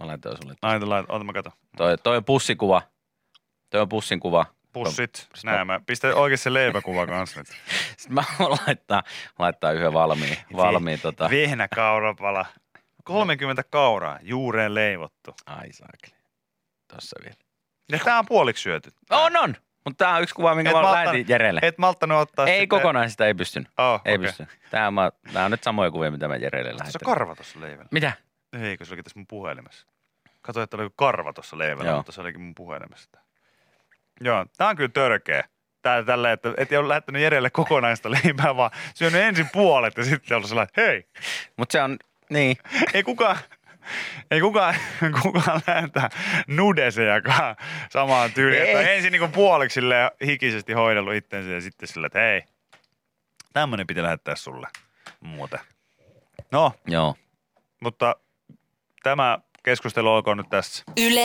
Speaker 4: Mä laitoin sulle.
Speaker 3: laita, laita. Oota mä katon.
Speaker 4: Toi, toi on pussikuva. Toi on pussin kuva.
Speaker 3: Pussit.
Speaker 4: No,
Speaker 3: Näin mä. Pistä oikein se leipäkuva kanssa nyt.
Speaker 4: Sitten mä voin laittaa, laittaa yhden valmiin. valmiin tota.
Speaker 3: Vehnä kaurapala. 30 kauraa juureen leivottu.
Speaker 4: Ai saakeli. Tossa vielä.
Speaker 3: Ja tää on puoliksi syöty.
Speaker 4: On, on. Mutta tää on yksi kuva, minkä
Speaker 3: Et
Speaker 4: mä,
Speaker 3: mä ottanut-
Speaker 4: lähetin Jerelle.
Speaker 3: Et malttanut ottaa
Speaker 4: Ei
Speaker 3: sitten-
Speaker 4: kokonaan sitä ei pystynyt.
Speaker 3: Oh,
Speaker 4: Ei
Speaker 3: okei.
Speaker 4: pysty. Tää on, mä, nää on nyt samoja kuvia, mitä mä Jerelle
Speaker 3: Tuossa
Speaker 4: lähetin.
Speaker 3: on karva tuossa leivällä.
Speaker 4: Mitä?
Speaker 3: Ei, kun se olikin tässä mun puhelimessa. Katsoin, että oliko karva tuossa leivällä, Joo.
Speaker 4: Joo.
Speaker 3: mutta se olikin mun puhelimessa. tää. Joo, tää on kyllä törkeä. Tää tällä, että et ei ole lähettänyt Jerelle kokonaista leipää, vaan syönyt ensin puolet ja sitten ollut sellainen, hei,
Speaker 4: Mut se on, niin.
Speaker 3: ei kukaan, ei kukaan, kukaan lähetä nudesejakaan samaan tyyliin. Että on
Speaker 4: Ei.
Speaker 3: ensin niin puoliksi silleen hikisesti hoidellut itsensä ja sitten sillä, että hei, tämmönen piti lähettää sulle muuten. No,
Speaker 4: Joo.
Speaker 3: mutta tämä keskustelu olkoon nyt tässä.
Speaker 2: Yle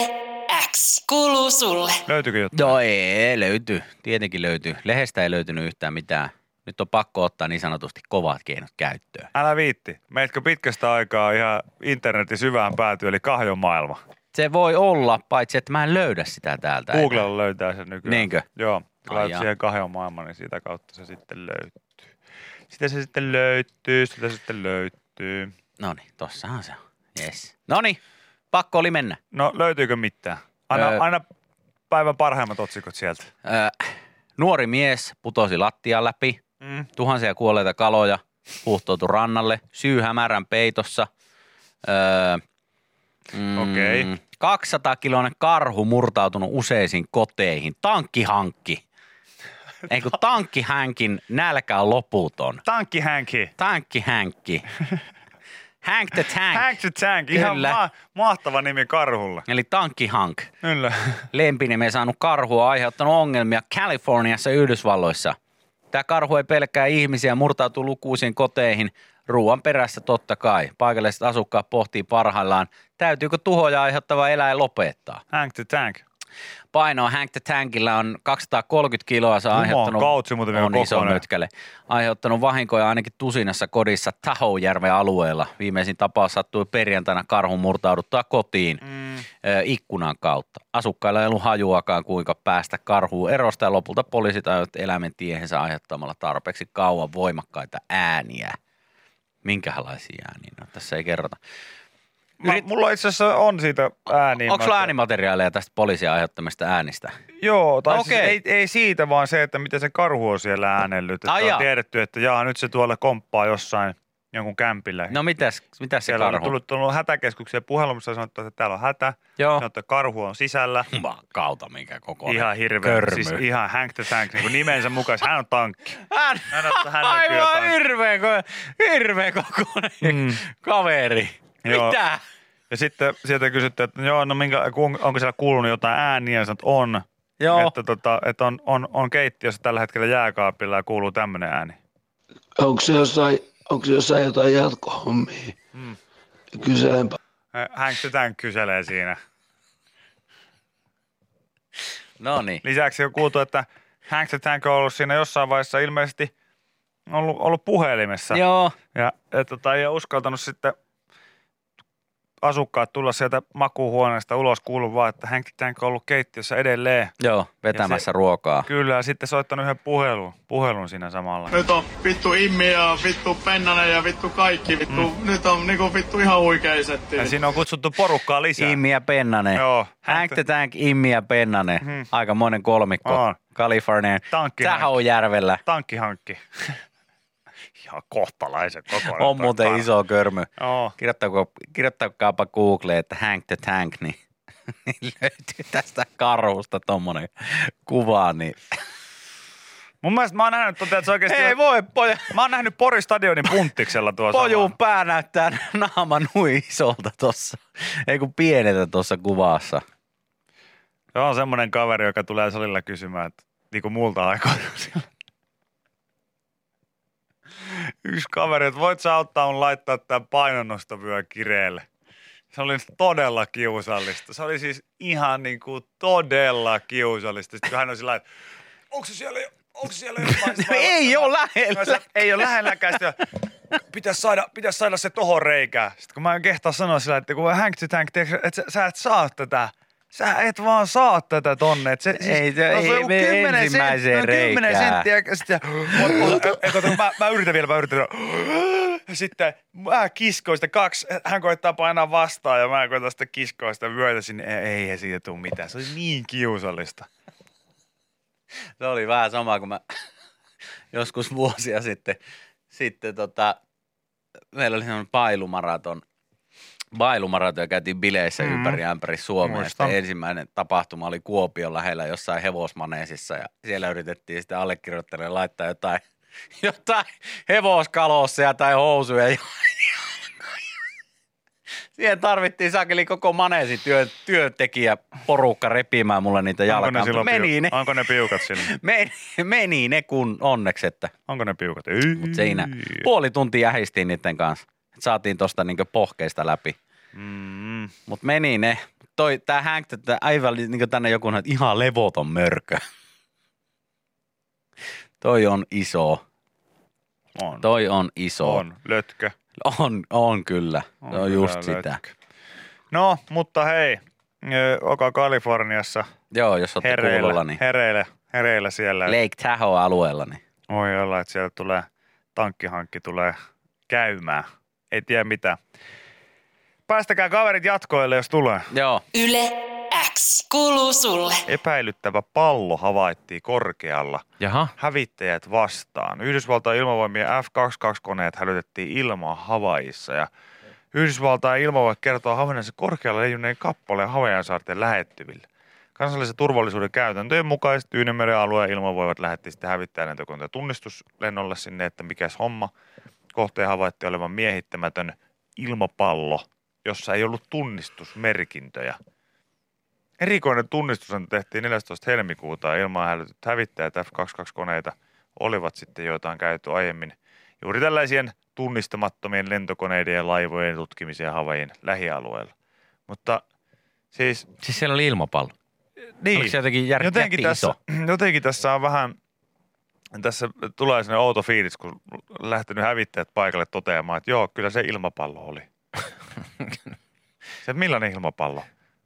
Speaker 2: X kuuluu sulle.
Speaker 3: Löytyykö jotain?
Speaker 4: No ei, löytyy. Tietenkin löytyy. Lehdestä ei löytynyt yhtään mitään. Nyt on pakko ottaa niin sanotusti kovat keinot käyttöön.
Speaker 3: Älä viitti. Meitkö pitkästä aikaa ihan internetin syvään päätyy, eli kahjon maailma.
Speaker 4: Se voi olla, paitsi että mä en löydä sitä täältä. enää.
Speaker 3: Googlella löytää sen nykyään.
Speaker 4: Niinkö?
Speaker 3: Joo. Kun
Speaker 4: Ai
Speaker 3: laitat
Speaker 4: jaa.
Speaker 3: siihen kahjon maailman, niin sitä kautta se sitten löytyy. Sitä se sitten löytyy, sitä se sitten löytyy.
Speaker 4: Noniin, tossahan se on. Yes. Noniin, pakko oli mennä.
Speaker 3: No löytyykö mitään? Anna,
Speaker 4: Öö.
Speaker 3: aina päivän parhaimmat otsikot sieltä.
Speaker 4: Ö, nuori mies putosi lattian läpi.
Speaker 3: Mm.
Speaker 4: tuhansia kuolleita kaloja huuhtoutu rannalle, syy hämärän peitossa. Öö, mm,
Speaker 3: Okei.
Speaker 4: 200-kiloinen karhu murtautunut useisiin koteihin. Tankkihankki. Ei kun tankkihänkin nälkä on loputon.
Speaker 3: Tankki Hankki.
Speaker 4: Tankkihänkki. Hank the tank.
Speaker 3: Hank the Tank. Ihan
Speaker 4: Kyllä.
Speaker 3: ma- mahtava nimi karhulla.
Speaker 4: Eli tankkihank.
Speaker 3: Kyllä.
Speaker 4: Lempinimeen saanut karhu on aiheuttanut ongelmia Kaliforniassa Yhdysvalloissa. Tämä karhu ei pelkää ihmisiä, murtautuu lukuisiin koteihin, ruoan perässä totta kai. Paikalliset asukkaat pohtii parhaillaan, täytyykö tuhoja aiheuttava eläin lopettaa.
Speaker 3: Hank the Tank.
Speaker 4: Painoa Hank the Tankilla on 230 kiloa, se on
Speaker 3: Jumala,
Speaker 4: aiheuttanut,
Speaker 3: kautsi muuten vielä
Speaker 4: on iso
Speaker 3: kokoinen.
Speaker 4: mötkäle, aiheuttanut vahinkoja ainakin tusinassa kodissa Tahoujärven alueella. Viimeisin tapaus sattui perjantaina karhun murtauduttaa kotiin
Speaker 3: Mm.
Speaker 4: ö, ikkunan kautta. Asukkailla ei ollut hajuakaan, kuinka päästä karhuun erosta ja lopulta poliisit ajoivat eläimen tiehensä aiheuttamalla tarpeeksi kauan voimakkaita ääniä. Minkälaisia ääniä? No, tässä ei kerrota.
Speaker 3: Mä,
Speaker 4: Yrit-
Speaker 3: mulla itse asiassa on siitä ääniä.
Speaker 4: Onko
Speaker 3: Niin, Mä-
Speaker 4: sulla äänimateriaaleja tästä poliisin aiheuttamista äänistä?
Speaker 3: Joo, tai siis
Speaker 4: Okei.
Speaker 3: ei, ei, siitä, vaan se, että miten se karhu on siellä äänellyt. Että
Speaker 4: Ai
Speaker 3: on
Speaker 4: jaa.
Speaker 3: tiedetty, että jaa, nyt se tuolla komppaa jossain, jonkun kämpillä.
Speaker 4: No mitäs, mitäs se
Speaker 3: Siellä on
Speaker 4: karhu? Tullut...
Speaker 3: tullut, tullut hätäkeskukseen puhelumissa ja sanottu, että täällä on hätä.
Speaker 4: Joo.
Speaker 3: Sanottu, että karhu on sisällä.
Speaker 4: Mä Kauta minkä koko
Speaker 3: Ihan hirveä.
Speaker 4: Körmy.
Speaker 3: Siis ihan Hank the Tank, niin kuin nimensä mukaan. Hän on tankki.
Speaker 4: Hän,
Speaker 3: Hän on- hän on
Speaker 4: aivan
Speaker 3: kyllä-
Speaker 4: hirveä, ko- hirveä kokoinen mm. kaveri.
Speaker 3: Joo.
Speaker 4: Mitä?
Speaker 3: Ja sitten sieltä kysyttiin, että joo, no minkä, kun- onko siellä kuulunut jotain ääniä? Ja Sanoit, että on.
Speaker 4: Joo.
Speaker 3: Että, tota, että on, on, on keittiössä tällä hetkellä jääkaapilla ja kuuluu tämmöinen ääni.
Speaker 1: Onko se jossain, onko se jossain jotain jatkohommia?
Speaker 3: Mm.
Speaker 1: Kyselenpä.
Speaker 3: Hank the Tank kyselee siinä.
Speaker 4: No niin.
Speaker 3: Lisäksi on kuultu, että Hank the Tank on ollut siinä jossain vaiheessa ilmeisesti ollut, ollut puhelimessa.
Speaker 4: Joo.
Speaker 3: Ja, ja tota, ei ole uskaltanut sitten asukkaat tulla sieltä makuuhuoneesta ulos kuuluu vaan, että Hank the Tank on ollut keittiössä edelleen.
Speaker 4: Joo, vetämässä
Speaker 3: se-
Speaker 4: ruokaa.
Speaker 3: Kyllä, ja sitten soittanut yhden puhelun, puhelun siinä samalla.
Speaker 5: Nyt on vittu Immi ja vittu Pennanen ja vittu kaikki. Vittu, Nyt on niinku vittu ihan huikea setti.
Speaker 3: Ja siinä on kutsuttu porukkaa lisää.
Speaker 4: Immi ja Pennanen.
Speaker 3: Joo.
Speaker 4: Hank the Tank, Immi ja Pennanen.
Speaker 3: Mhm.
Speaker 4: Aika monen kolmikko.
Speaker 3: On.
Speaker 4: Californian.
Speaker 3: Tankki
Speaker 4: Tähojärvellä.
Speaker 3: Tankkihankki. Ihan kohtalaisen kokoinen.
Speaker 4: On muuten
Speaker 3: toi
Speaker 4: iso körmy.
Speaker 3: Joo.
Speaker 4: Kirjoittakaa, kirjoittakaapa Googleen, että Hank the Tank, niin, niin löytyy tästä karhusta tommonen kuva. Niin.
Speaker 3: Mun mielestä mä oon nähnyt tota, että se oikeasti...
Speaker 4: Ei voi, poja,
Speaker 3: Mä oon nähnyt Porin stadionin punttiksella tuo
Speaker 4: pojun
Speaker 3: sama.
Speaker 4: pää näyttää naama nui isolta tossa. Ei kun pieneltä tuossa kuvassa.
Speaker 3: Se on semmoinen kaveri, joka tulee salilla kysymään, että niinku multa aikoina sillä. Yksi kaveri, että voit sä auttaa mun laittaa tämän painonnostovyön kireelle. Se oli todella kiusallista. Se oli siis ihan niin kuin todella kiusallista. Sitten kun hän on sillä lailla, että onko se siellä, onko siellä jotain?
Speaker 4: No ei ole
Speaker 3: No se
Speaker 4: lähellä.
Speaker 3: ei ole lähelläkään sitä. Pitäisi saada, pitäis saada se tohon reikään. Sitten kun mä en kehtaa sanoa sillä, että kun Hank the Tank, tiedätkö, että sä, sä et saa tätä. Sä et vaan saa tätä tonne. Et se, siis,
Speaker 4: Ei, se- ei
Speaker 3: joku
Speaker 4: mene
Speaker 3: kymmenen
Speaker 4: ensimmäiseen
Speaker 3: sent- no kymmenen
Speaker 4: reikään.
Speaker 3: senttiä. ja Sitten, ot- ot- ot- kato, mä, mä yritän vielä, mä yritän. Ja Sitten mä kiskoin sitä kaksi, hän koittaa painaa vastaan ja mä koitan sitten kiskoa sitä myötä sinne. Ei, ei siitä tule mitään. Se oli niin kiusallista.
Speaker 4: Se oli vähän sama kuin mä joskus vuosia sitten, sitten tota, meillä oli semmoinen pailumaraton, pailumaraton ja käytiin bileissä
Speaker 3: Mm.
Speaker 4: mm. ympäri ämpäri Suomea. Ja
Speaker 3: Muistan.
Speaker 4: sitten ensimmäinen tapahtuma oli Kuopion lähellä jossain hevosmaneesissa ja siellä yritettiin sitten allekirjoittaneelle laittaa jotain, jotain hevoskalossa tai housuja. ja- Siihen tarvittiin sakeli koko maneesi työ, työntekijä porukka repimään mulle niitä
Speaker 3: Onko ne,
Speaker 4: jalkaan.
Speaker 3: silloin
Speaker 4: Meni ne.
Speaker 3: piu- onko ne piukat sinne?
Speaker 4: Meni, meni niin, ne kun onneksi, että
Speaker 3: Onko ne piukat? Ei.
Speaker 4: mut siinä puoli tuntia ähistiin niiden kanssa. Et Saatiin tosta niinku pohkeista läpi.
Speaker 3: Mm.
Speaker 4: Mut meni ne. Toi, tää Hank, tää aivan li- niinku tänne joku sanoi, että ihan levoton mörkö. Toi on iso.
Speaker 3: On.
Speaker 4: Toi on iso.
Speaker 3: on. Lötkö.
Speaker 4: On, on kyllä. On,
Speaker 3: kyllä
Speaker 4: on just sitä.
Speaker 3: lötkö. No, mutta hei, ö, olkaa Kaliforniassa
Speaker 4: Joo, jos olette kuulolla,
Speaker 3: hereillä,
Speaker 4: niin
Speaker 3: hereillä, hereillä siellä.
Speaker 4: Lake Tahoe-alueella, niin
Speaker 3: Voi olla, että siellä tulee tankkihankki tulee käymään. Ei tiedä mitä. Päästäkää kaverit jatkoille, jos tulee.
Speaker 4: joo.
Speaker 2: Yle X kuuluu sulle.
Speaker 3: Epäilyttävä pallo havaittiin korkealla
Speaker 4: Jaha.
Speaker 3: hävittäjät vastaan. Yhdysvaltain ilmavoimien F-22-koneet hälytettiin ilmaan Havaissa ja Yhdysvaltain ilmavoimat kertoo havainneensa korkealla leijuneen kappaleen Havajan saarten lähettyvillä. Kansallisen turvallisuuden käytäntöjen mukaisesti Tyynemeren alueen ilmavoimat lähetti sitten hävittäjälentokunta tunnistuslennolle sinne, että mikäs homma. Kohteen havaittiin olevan miehittämätön ilmapallo, jossa ei ollut tunnistusmerkintöjä. Erikoinen tunnistus tehtiin 14. helmikuuta ja ilmaan hälytyt hävittäjät F-22-koneita olivat sitten, joita on käytetty aiemmin juuri tällaisien tunnistamattomien lentokoneiden ja laivojen tutkimiseen Havain lähialueella. Mutta siis,
Speaker 6: Siis siellä oli ilmapallo.
Speaker 3: niin,
Speaker 6: Oliko se jotenkin jär-
Speaker 3: jotenkin,
Speaker 6: jätti
Speaker 3: tässä,
Speaker 6: iso?
Speaker 3: jotenkin tässä on vähän, tässä tulee sinne outo fiilis, kun lähtenyt hävittäjät paikalle toteamaan, että joo, kyllä se ilmapallo oli. se, millainen ilmapallo?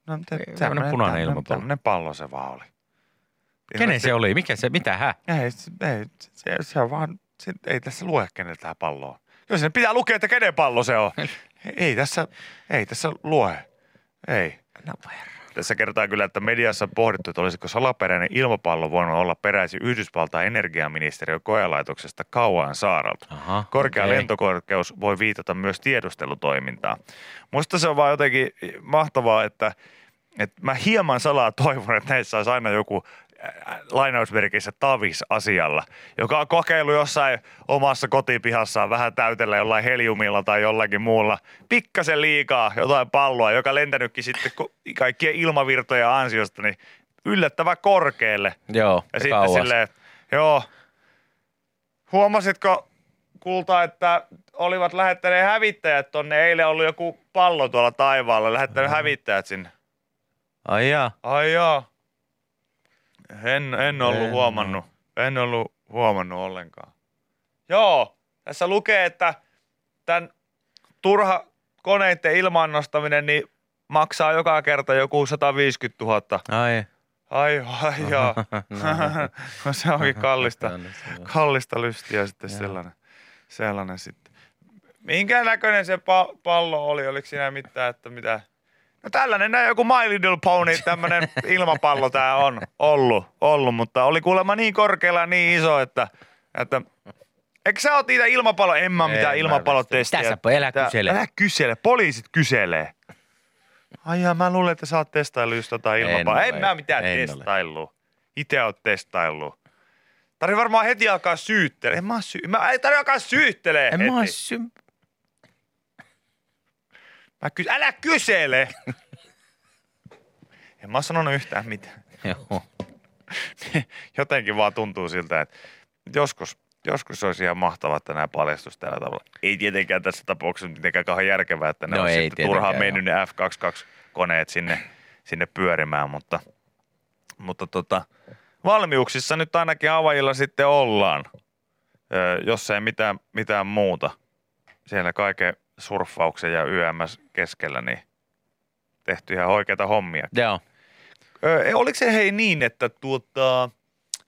Speaker 3: No, te,
Speaker 6: Semmoinen punainen ilmapallo.
Speaker 3: Tämmöinen pallo se vaan oli.
Speaker 6: Kenen se oli? Mikä se? Mitä hä?
Speaker 3: Ei, se- ei, se, se on vaan, se, ei tässä lue kenellä tämä pallo on. Kyllä sen pitää lukea, että kenen pallo se on. ei, tässä, ei tässä lue. Ei.
Speaker 6: No herra.
Speaker 3: Tässä kertaa kyllä, että mediassa on pohdittu, että olisiko salaperäinen ilmapallo voinut olla peräisin Yhdysvaltain energiaministeriön koelaitoksesta kauan saaralta.
Speaker 6: Aha,
Speaker 3: Korkea
Speaker 6: okei.
Speaker 3: lentokorkeus voi viitata myös tiedustelutoimintaan. Musta se on vaan jotenkin mahtavaa, että, että mä hieman salaa toivon, että näissä olisi aina joku äh, lainausmerkeissä tavis asialla, joka on kokeillut jossain omassa kotipihassaan vähän täytellä jollain heliumilla tai jollakin muulla. Pikkasen liikaa jotain palloa, joka lentänytkin sitten ku- kaikkien ilmavirtoja ansiosta, niin yllättävän korkealle.
Speaker 6: Joo,
Speaker 3: Ja sitten silleen, joo, huomasitko kulta, että olivat lähettäneet hävittäjät tonne. Eilen ollut joku pallo tuolla taivaalla, lähettänyt hävittäjät sinne.
Speaker 6: Ai jaa.
Speaker 3: Ai jaa. En, en ollut
Speaker 6: En
Speaker 3: en huomannut. En ollut huomannut ollenkaan. Joo, tässä lukee, että tämän turha koneiden ilmaan nostaminen niin maksaa joka kerta joku 150 000.
Speaker 6: Ai.
Speaker 3: Ai, ai jaa. No, se onkin kallista, kallista lystiä sitten
Speaker 6: Joo.
Speaker 3: sellainen, sellainen sitten. Minkä näköinen se pa- pallo oli? Oliko siinä mitään, että mitä? No tällainen näin joku My Little Pony, tämmöinen ilmapallo tämä on ollut, ollut, mutta oli kuulemma niin korkealla ja niin iso, että, että Eikö sä oot niitä ilmapallo? En mä
Speaker 6: En
Speaker 3: mitään
Speaker 6: mä
Speaker 3: ilmapallotestiä.
Speaker 6: Tässä elä
Speaker 3: Tää-
Speaker 6: kysele.
Speaker 3: Älä kysele, poliisit kyselee. Ai jaa, mä luulen, että sä oot testaillut just jotain
Speaker 6: En
Speaker 3: ilmapalloa.
Speaker 6: ole,
Speaker 3: En, mä mitään
Speaker 6: en ole.
Speaker 3: testaillu. Itse oot testaillu. Tarvii varmaan heti alkaa syyttelee. En mä, oo syy... mä ei tarvi alkaa syyttelee
Speaker 6: En
Speaker 3: heti.
Speaker 6: mä oo sym...
Speaker 3: Mä ky... Älä kysele! en mä oo sanonut yhtään mitään.
Speaker 6: Joo.
Speaker 3: Jotenkin vaan tuntuu siltä, että joskus, joskus olisi ihan mahtavaa, että nämä paljastus tällä tavalla. Ei tietenkään tässä tapauksessa mitenkään kauhean järkevää, että ne
Speaker 6: No
Speaker 3: on
Speaker 6: ei
Speaker 3: sitten turhaan mennyt
Speaker 6: tietenkään,
Speaker 3: ne F22-koneet sinne, sinne pyörimään, mutta, mutta tota, valmiuksissa nyt ainakin Havajilla sitten ollaan, Ö, jos ei mitään, mitään muuta. Siellä kaiken surffauksen ja YMS keskellä, niin tehty ihan oikeita hommia.
Speaker 6: Joo.
Speaker 3: Öö, ei, oliko se hei niin, että tuota,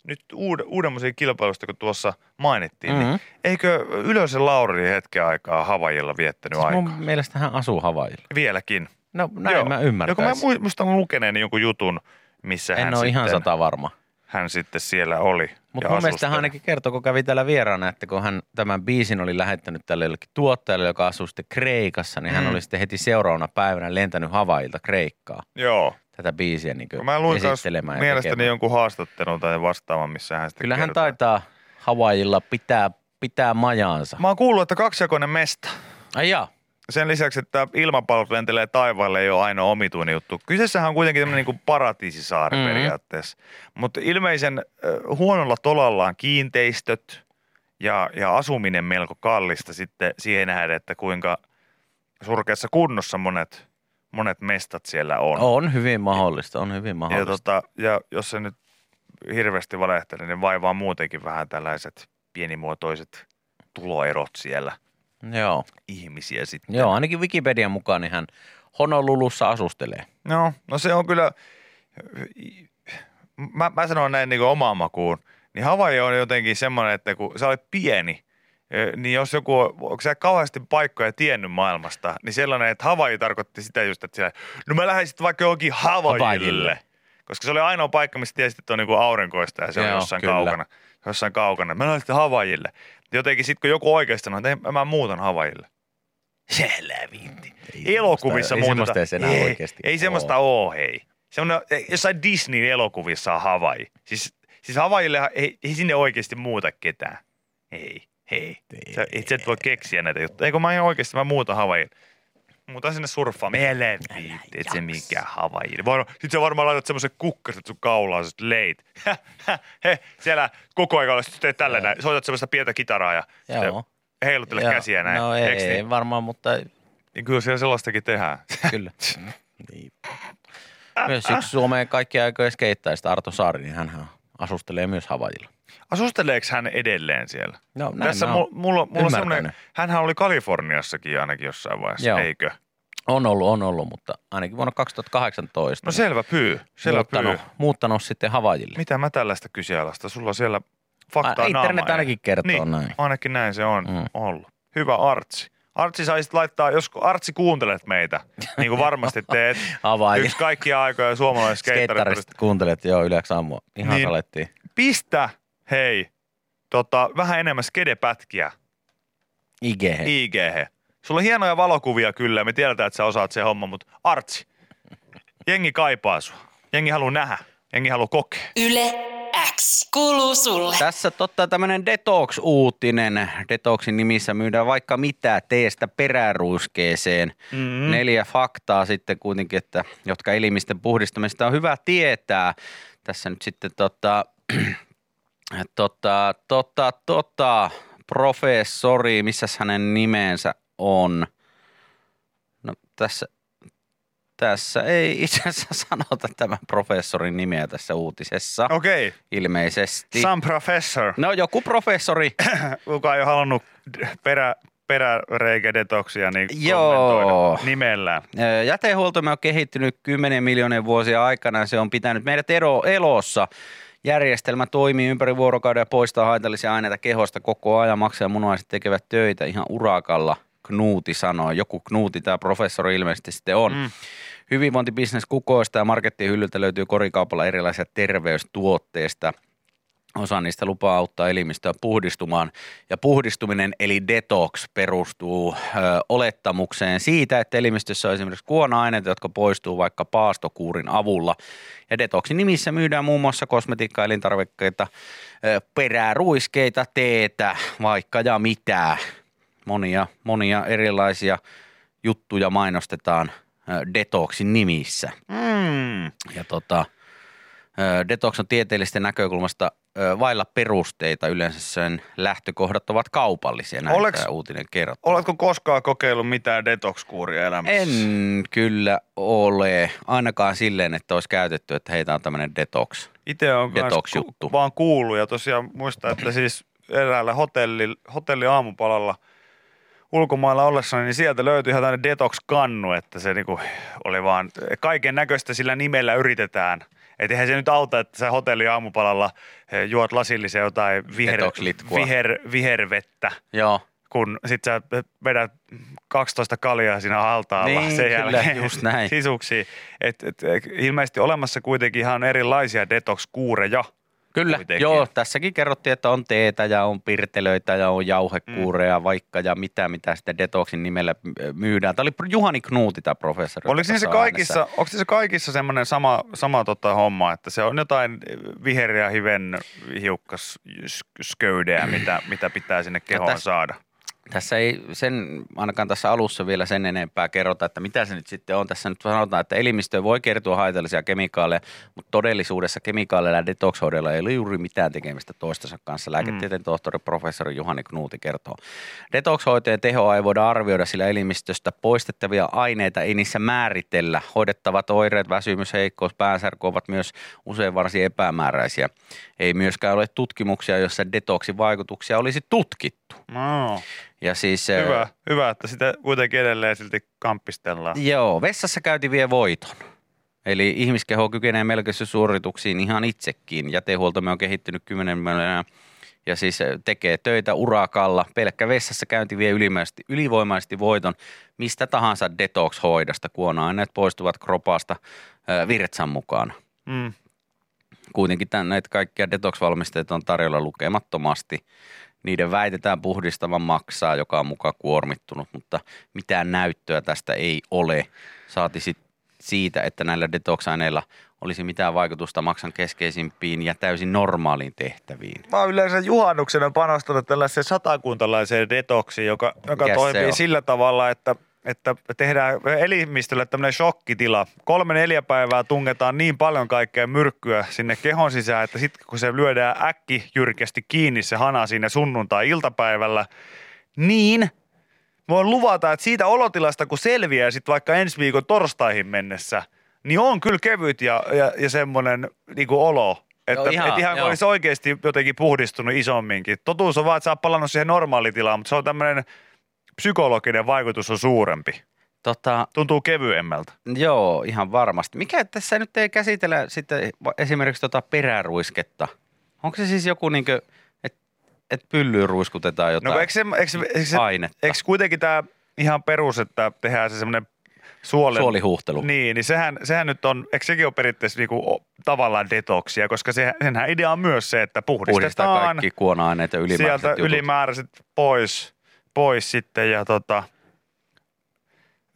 Speaker 3: nyt uud- uudemmoisia kilpailusta, kun tuossa mainittiin, mm-hmm. niin
Speaker 6: Mhm.
Speaker 3: eikö Ylösen Lauri hetken aikaa Havajilla viettänyt
Speaker 6: Siis
Speaker 3: aikaa?
Speaker 6: mun mielestä hän asuu Havailla.
Speaker 3: Vieläkin.
Speaker 6: No näin Joo. mä
Speaker 3: Joko mä
Speaker 6: ymmärtäisin.
Speaker 3: mui- muistan lukeneeni jonkun jutun, missä hän
Speaker 6: en ole
Speaker 3: sitten,
Speaker 6: ihan sata varma.
Speaker 3: hän sitten siellä oli.
Speaker 6: Mutta
Speaker 3: ja
Speaker 6: mun mielestä hän
Speaker 3: asusteli.
Speaker 6: ainakin kertoi, kun kävi täällä vieraana, että kun hän tämän biisin oli lähettänyt tälle jollekin tuottajalle, joka asuu sitten Kreikassa, niin hän
Speaker 3: Mm.
Speaker 6: oli sitten heti seuraavana päivänä lentänyt Havailta Kreikkaa
Speaker 3: Joo.
Speaker 6: tätä biisiä niin
Speaker 3: Kun mä luin kans
Speaker 6: esittelemään. ja
Speaker 3: mielestäni
Speaker 6: tekemään.
Speaker 3: jonkun haastattelun tai vastaavan, missä hän sitten
Speaker 6: Kyllä hän
Speaker 3: kertoi.
Speaker 6: taitaa Havaijilla pitää, pitää majaansa.
Speaker 3: Mä oon kuullut, että kaksijakoinen mesta.
Speaker 6: Ai jaa.
Speaker 3: sen lisäksi, että ilmapallot lentelee taivaalle, ei ole ainoa omituinen juttu. Kyseessähän on kuitenkin tämmöinen niin paratiisisaari
Speaker 6: Mhm.
Speaker 3: mm-hmm. periaatteessa. Mutta ilmeisen äh, huonolla tolalla on kiinteistöt ja, ja asuminen melko kallista sitten siihen nähden, että kuinka surkeassa kunnossa monet, monet mestat siellä on.
Speaker 6: On hyvin mahdollista, on hyvin
Speaker 3: Ja,
Speaker 6: mahdollista.
Speaker 3: tota, ja jos se nyt hirveästi valehtelee, niin vaivaa muutenkin vähän tällaiset pienimuotoiset tuloerot siellä
Speaker 6: Joo.
Speaker 3: ihmisiä sitten.
Speaker 6: Joo, ainakin Wikipedian mukaan niin hän Honolulussa asustelee.
Speaker 3: No, no se on kyllä, mä, mä sanon näin niin omaan makuun, niin Havaji on jotenkin semmoinen, että kun sä olet pieni, ö, niin jos joku, on- onko sä kauheasti paikkoja tiennyt maailmasta, niin sellainen, että Havaji tarkoitti sitä just, että siellä, no mä lähden sitten vaikka johonkin Havajille.
Speaker 6: Havajille.
Speaker 3: Koska se oli ainoa paikka, missä tiesit, että on niinku aurinkoista ja se on
Speaker 6: Joo,
Speaker 3: jossain
Speaker 6: kyllä.
Speaker 3: kaukana. Jossain kaukana. Mä lähden sitten Havajille. Jotenkin sitten kun joku oikeasti sanoo, että ei, mä muutan Havajille. Siellä viitti. Elokuvissa
Speaker 6: ei
Speaker 3: muutetaan.
Speaker 6: semmoista edes enää
Speaker 3: ei,
Speaker 6: oikeasti
Speaker 3: Ei
Speaker 6: oo.
Speaker 3: semmoista oo, hei. Semmoinen, jossain Disney-elokuvissa on Havai. Siis, siis Havaille ei, ei sinne oikeasti muuta ketään. Ei, hei. Sä, et, sä et voi keksiä näitä juttuja. Eikö mä ihan oikeasti, mä muuta Havaille. Muutan sinne surffaan. Mele viitti, et se mikään Havaille. Var, sit sä varmaan laitat semmoisen kukkaset sun kaulaan, sit leit. Hä, hä, he, siellä koko ajan olet, sit teet tällä näin. Soitat semmoista pientä kitaraa ja
Speaker 6: Joo.
Speaker 3: sitten heiluttele
Speaker 6: Joo.
Speaker 3: käsiä näin.
Speaker 6: No ei,
Speaker 3: Eiks niin?
Speaker 6: ei varmaan, mutta
Speaker 3: Niin Kyllä siellä sellaistakin tehdään.
Speaker 6: kyllä. niin. Myös yksi Suomeen kaikki aikojen skeittäistä Arto Saari, niin hän asustelee myös Havaijilla.
Speaker 3: Asusteleeko hän edelleen siellä?
Speaker 6: No näin
Speaker 3: Tässä
Speaker 6: mä oon
Speaker 3: mu- mulla, mulla on
Speaker 6: ymmärtänyt.
Speaker 3: semmoinen, hänhän oli Kaliforniassakin ainakin jossain vaiheessa,
Speaker 6: Joo.
Speaker 3: eikö?
Speaker 6: On ollut, on ollut, mutta ainakin vuonna 2018.
Speaker 3: No
Speaker 6: niin
Speaker 3: selvä pyy, selvä pyy.
Speaker 6: muuttanut, muuttanut sitten Havajille.
Speaker 3: Mitä mä tällaista kyseenalaista? Sulla on siellä faktaa
Speaker 6: Ai, internet
Speaker 3: naamaa.
Speaker 6: ainakin kertoo
Speaker 3: niin,
Speaker 6: näin.
Speaker 3: ainakin näin se on
Speaker 6: Mm.
Speaker 3: mm. ollut. Hyvä artsi. Artsi saisit laittaa, jos Artsi kuuntelet meitä, niin kuin varmasti teet,
Speaker 4: Avaajia.
Speaker 3: yksi kaikkia aikoja suomalainen skeittari.
Speaker 4: Skeittarista kuuntelet, joo, yleensä aamua. Ihan
Speaker 3: Niin.
Speaker 4: niin. salettiin.
Speaker 3: Pistä, hei, tota, vähän enemmän skedepätkiä
Speaker 4: IG.
Speaker 3: ig Sulla on hienoja valokuvia kyllä, me tiedetään, että sä osaat se homma, mutta Artsi, jengi kaipaa sua. Jengi haluaa nähdä, jengi haluaa kokea.
Speaker 2: Yle X kuuluu sulle.
Speaker 4: Tässä totta tämmöinen detox-uutinen. Detoxin nimissä myydään vaikka mitä teestä peräruiskeeseen. Mm-hmm. Neljä faktaa sitten kuitenkin, että, jotka elimistön puhdistamista on hyvä tietää. Tässä nyt sitten tota, tota, tota, tota, professori, missä hänen nimensä on? No tässä, tässä ei itse asiassa sanota tämän professorin nimeä tässä uutisessa okay.
Speaker 3: Okei, okay.
Speaker 4: ilmeisesti.
Speaker 3: some professor,
Speaker 4: Niin. No joku professori.
Speaker 3: kuka ei ole halunnut perä, peräreikädetoksia, niin
Speaker 4: Joo.
Speaker 3: kommentoida nimellään.
Speaker 4: Ö, Jätehuoltomme on kehittynyt 10 miljoonan vuosia aikana. Se on pitänyt meidät ero elossa. Järjestelmä toimii ympäri vuorokauden ja poistaa haitallisia aineita kehosta koko ajan. Maksa ja munaiset tekevät töitä ihan urakalla. Knuuti sanoo. Joku Knuuti tämä professori ilmeisesti sitten on. Mm. Hyvinvointibisnes kukoista ja markettihyllyltä löytyy korikaupalla erilaisia terveystuotteista. Osa niistä lupaa auttaa elimistöä puhdistumaan. Ja puhdistuminen eli detox perustuu ö, olettamukseen siitä, että elimistössä on esimerkiksi kuona-aineita, jotka poistuu vaikka paastokuurin avulla. Ja detoxin nimissä myydään muun muassa kosmetiikkaa, elintarvikkeita, ö, peräruiskeita, teetä, vaikka ja mitä. Monia, monia erilaisia juttuja mainostetaan ö, detoxin nimissä.
Speaker 3: Mm.
Speaker 4: Ja tota, ö, detox on tieteellisten näkökulmasta ö, vailla perusteita. Yleensä sen lähtökohdat ovat kaupallisia, näin
Speaker 3: Oleks-
Speaker 4: tämä uutinen kertoo.
Speaker 3: Oletko koskaan kokeillut mitään detox-kuuria elämässä?
Speaker 4: En kyllä ole, ainakaan silleen, että olisi käytetty, että heitä on tämmöinen detox.
Speaker 3: Itse on kans
Speaker 4: Detox-juttu.
Speaker 3: ku- vaan kuullut ja tosiaan muistan, että siis eräällä hotelli, hotelli aamupalalla ulkomailla ollessani, niin sieltä löytyi ihan tämmöinen detox-kannu, että se niinku oli vaan kaiken näköistä sillä nimellä yritetään. Et eihän se nyt auta, että sä hotelli aamupalalla eh, juot lasillisen jotain viher,
Speaker 4: Detox-litkua.
Speaker 3: viher, vihervettä,
Speaker 4: Joo,
Speaker 3: kun sit sä vedät 12 kaljaa siinä altaalla
Speaker 4: Niin,
Speaker 3: sen
Speaker 4: kyllä,
Speaker 3: jälkeen
Speaker 4: just näin.
Speaker 3: sisuksiin. Et, et, et, ilmeisesti olemassa kuitenkin ihan erilaisia detox-kuureja.
Speaker 4: kyllä.
Speaker 3: Kuitenkin.
Speaker 4: Joo, tässäkin kerrottiin, että on teetä ja on pirtelöitä ja on jauhekuureja
Speaker 3: Mm.
Speaker 4: vaikka ja mitä, mitä sitten detoxin nimellä ö, myydään. Tämä oli Juhani Knuuti tämä professori.
Speaker 3: Oliko
Speaker 4: joka
Speaker 3: niissä
Speaker 4: tässä on
Speaker 3: kaikissa,
Speaker 4: äänessä.
Speaker 3: onko niissä kaikissa semmoinen sama, sama tota homma, että se on jotain viheriä hiven hiukkas sköydeä, mitä, mitä pitää sinne kehoon
Speaker 4: tässä-
Speaker 3: saada?
Speaker 4: Tässä ei sen, ainakaan tässä alussa vielä sen enempää kerrota, että mitä se nyt sitten on. Tässä nyt sanotaan, että elimistöön voi kertyä haitallisia kemikaaleja, mutta todellisuudessa kemikaaleilla ja detoxhoidolla ei ole juuri mitään tekemistä toistensa kanssa. Lääketieteen mm. tohtori professori Juhani Knuuti kertoo. Detoxhoitojen tehoa ei voida arvioida, sillä elimistöstä poistettavia aineita ei niissä määritellä. Hoidettavat oireet, väsymys, heikkous, päänsärky ovat myös usein varsin epämääräisiä. Ei myöskään ole tutkimuksia, joissa detoxin vaikutuksia olisi tutkittu.
Speaker 3: No,
Speaker 4: Ja siis, ö,
Speaker 3: hyvä, hyvä, että sitä kuitenkin edelleen silti kamppistellaan.
Speaker 4: Joo, vessassa käynti vie voiton. Eli ihmiskeho kykenee melkeisiin suorituksiin ihan itsekin. Jätehuoltomme on kehittynyt kymmenen miljoonaa ja siis ö, tekee töitä urakalla. Pelkkä vessassa käynti vie ylimäisesti, ylivoimaisesti voiton mistä tahansa detox-hoidosta. Kuona-aineet poistuvat kropasta ö, virtsan mukaan.
Speaker 3: Mm.
Speaker 4: Kuitenkin tämän, näitä kaikkia detox-valmisteita on tarjolla lukemattomasti. Niiden väitetään puhdistavan maksaa, joka on mukaan kuormittunut, mutta mitään näyttöä tästä ei ole. Saati sit siitä, että näillä detox-aineilla olisi mitään vaikutusta maksan keskeisimpiin ja täysin normaaliin tehtäviin.
Speaker 3: Mä oon yleensä juhannuksena panostanut tällaiseen satakuntalaiseen detoksiin, joka, joka
Speaker 4: Mikäs se
Speaker 3: toimii
Speaker 4: on?
Speaker 3: sillä tavalla, että että tehdään elimistölle tämmöinen shokkitila. Kolme-neljä päivää tungetaan niin paljon kaikkea myrkkyä sinne kehon sisään, että sitten kun se lyödään äkki jyrkästi kiinni se hana siinä sunnuntai-iltapäivällä, niin voin luvata, että siitä olotilasta kun selviää sitten vaikka ensi viikon torstaihin mennessä, niin on kyllä kevyt ja, ja, ja semmoinen niinku olo. Että,
Speaker 4: ihan,
Speaker 3: ihan, et ihan kun
Speaker 4: joo.
Speaker 3: olisi oikeasti jotenkin puhdistunut isomminkin. Totuus on vaan, että sä oot palannut siihen normaalitilaan, mutta se on tämmöinen psykologinen vaikutus on suurempi.
Speaker 4: Tota,
Speaker 3: Tuntuu kevyemmältä.
Speaker 4: joo, ihan varmasti. Mikä tässä nyt ei käsitellä sitten va- esimerkiksi tota peräruisketta? Onko se siis joku niinkö, että et pyllyyn ruiskutetaan
Speaker 3: No
Speaker 4: jotain
Speaker 3: kun eikö se, eikö, se- eikö, se,
Speaker 4: ainetta?
Speaker 3: eikö kuitenkin tämä ihan perus, että tehdään se semmoinen suolen...
Speaker 4: Suolihuuhtelu.
Speaker 3: Niin, niin sehän, sehän nyt on, eikö sekin ole periaatteessa niinku o- tavallaan detoksia, koska se, senhän idea on myös se, että
Speaker 4: Puhdistaa
Speaker 3: puhdistetaan
Speaker 4: kaikki kuona-aineet ja ylimääräiset
Speaker 3: sieltä
Speaker 4: jutut.
Speaker 3: ylimääräiset pois, pois sitten ja tota,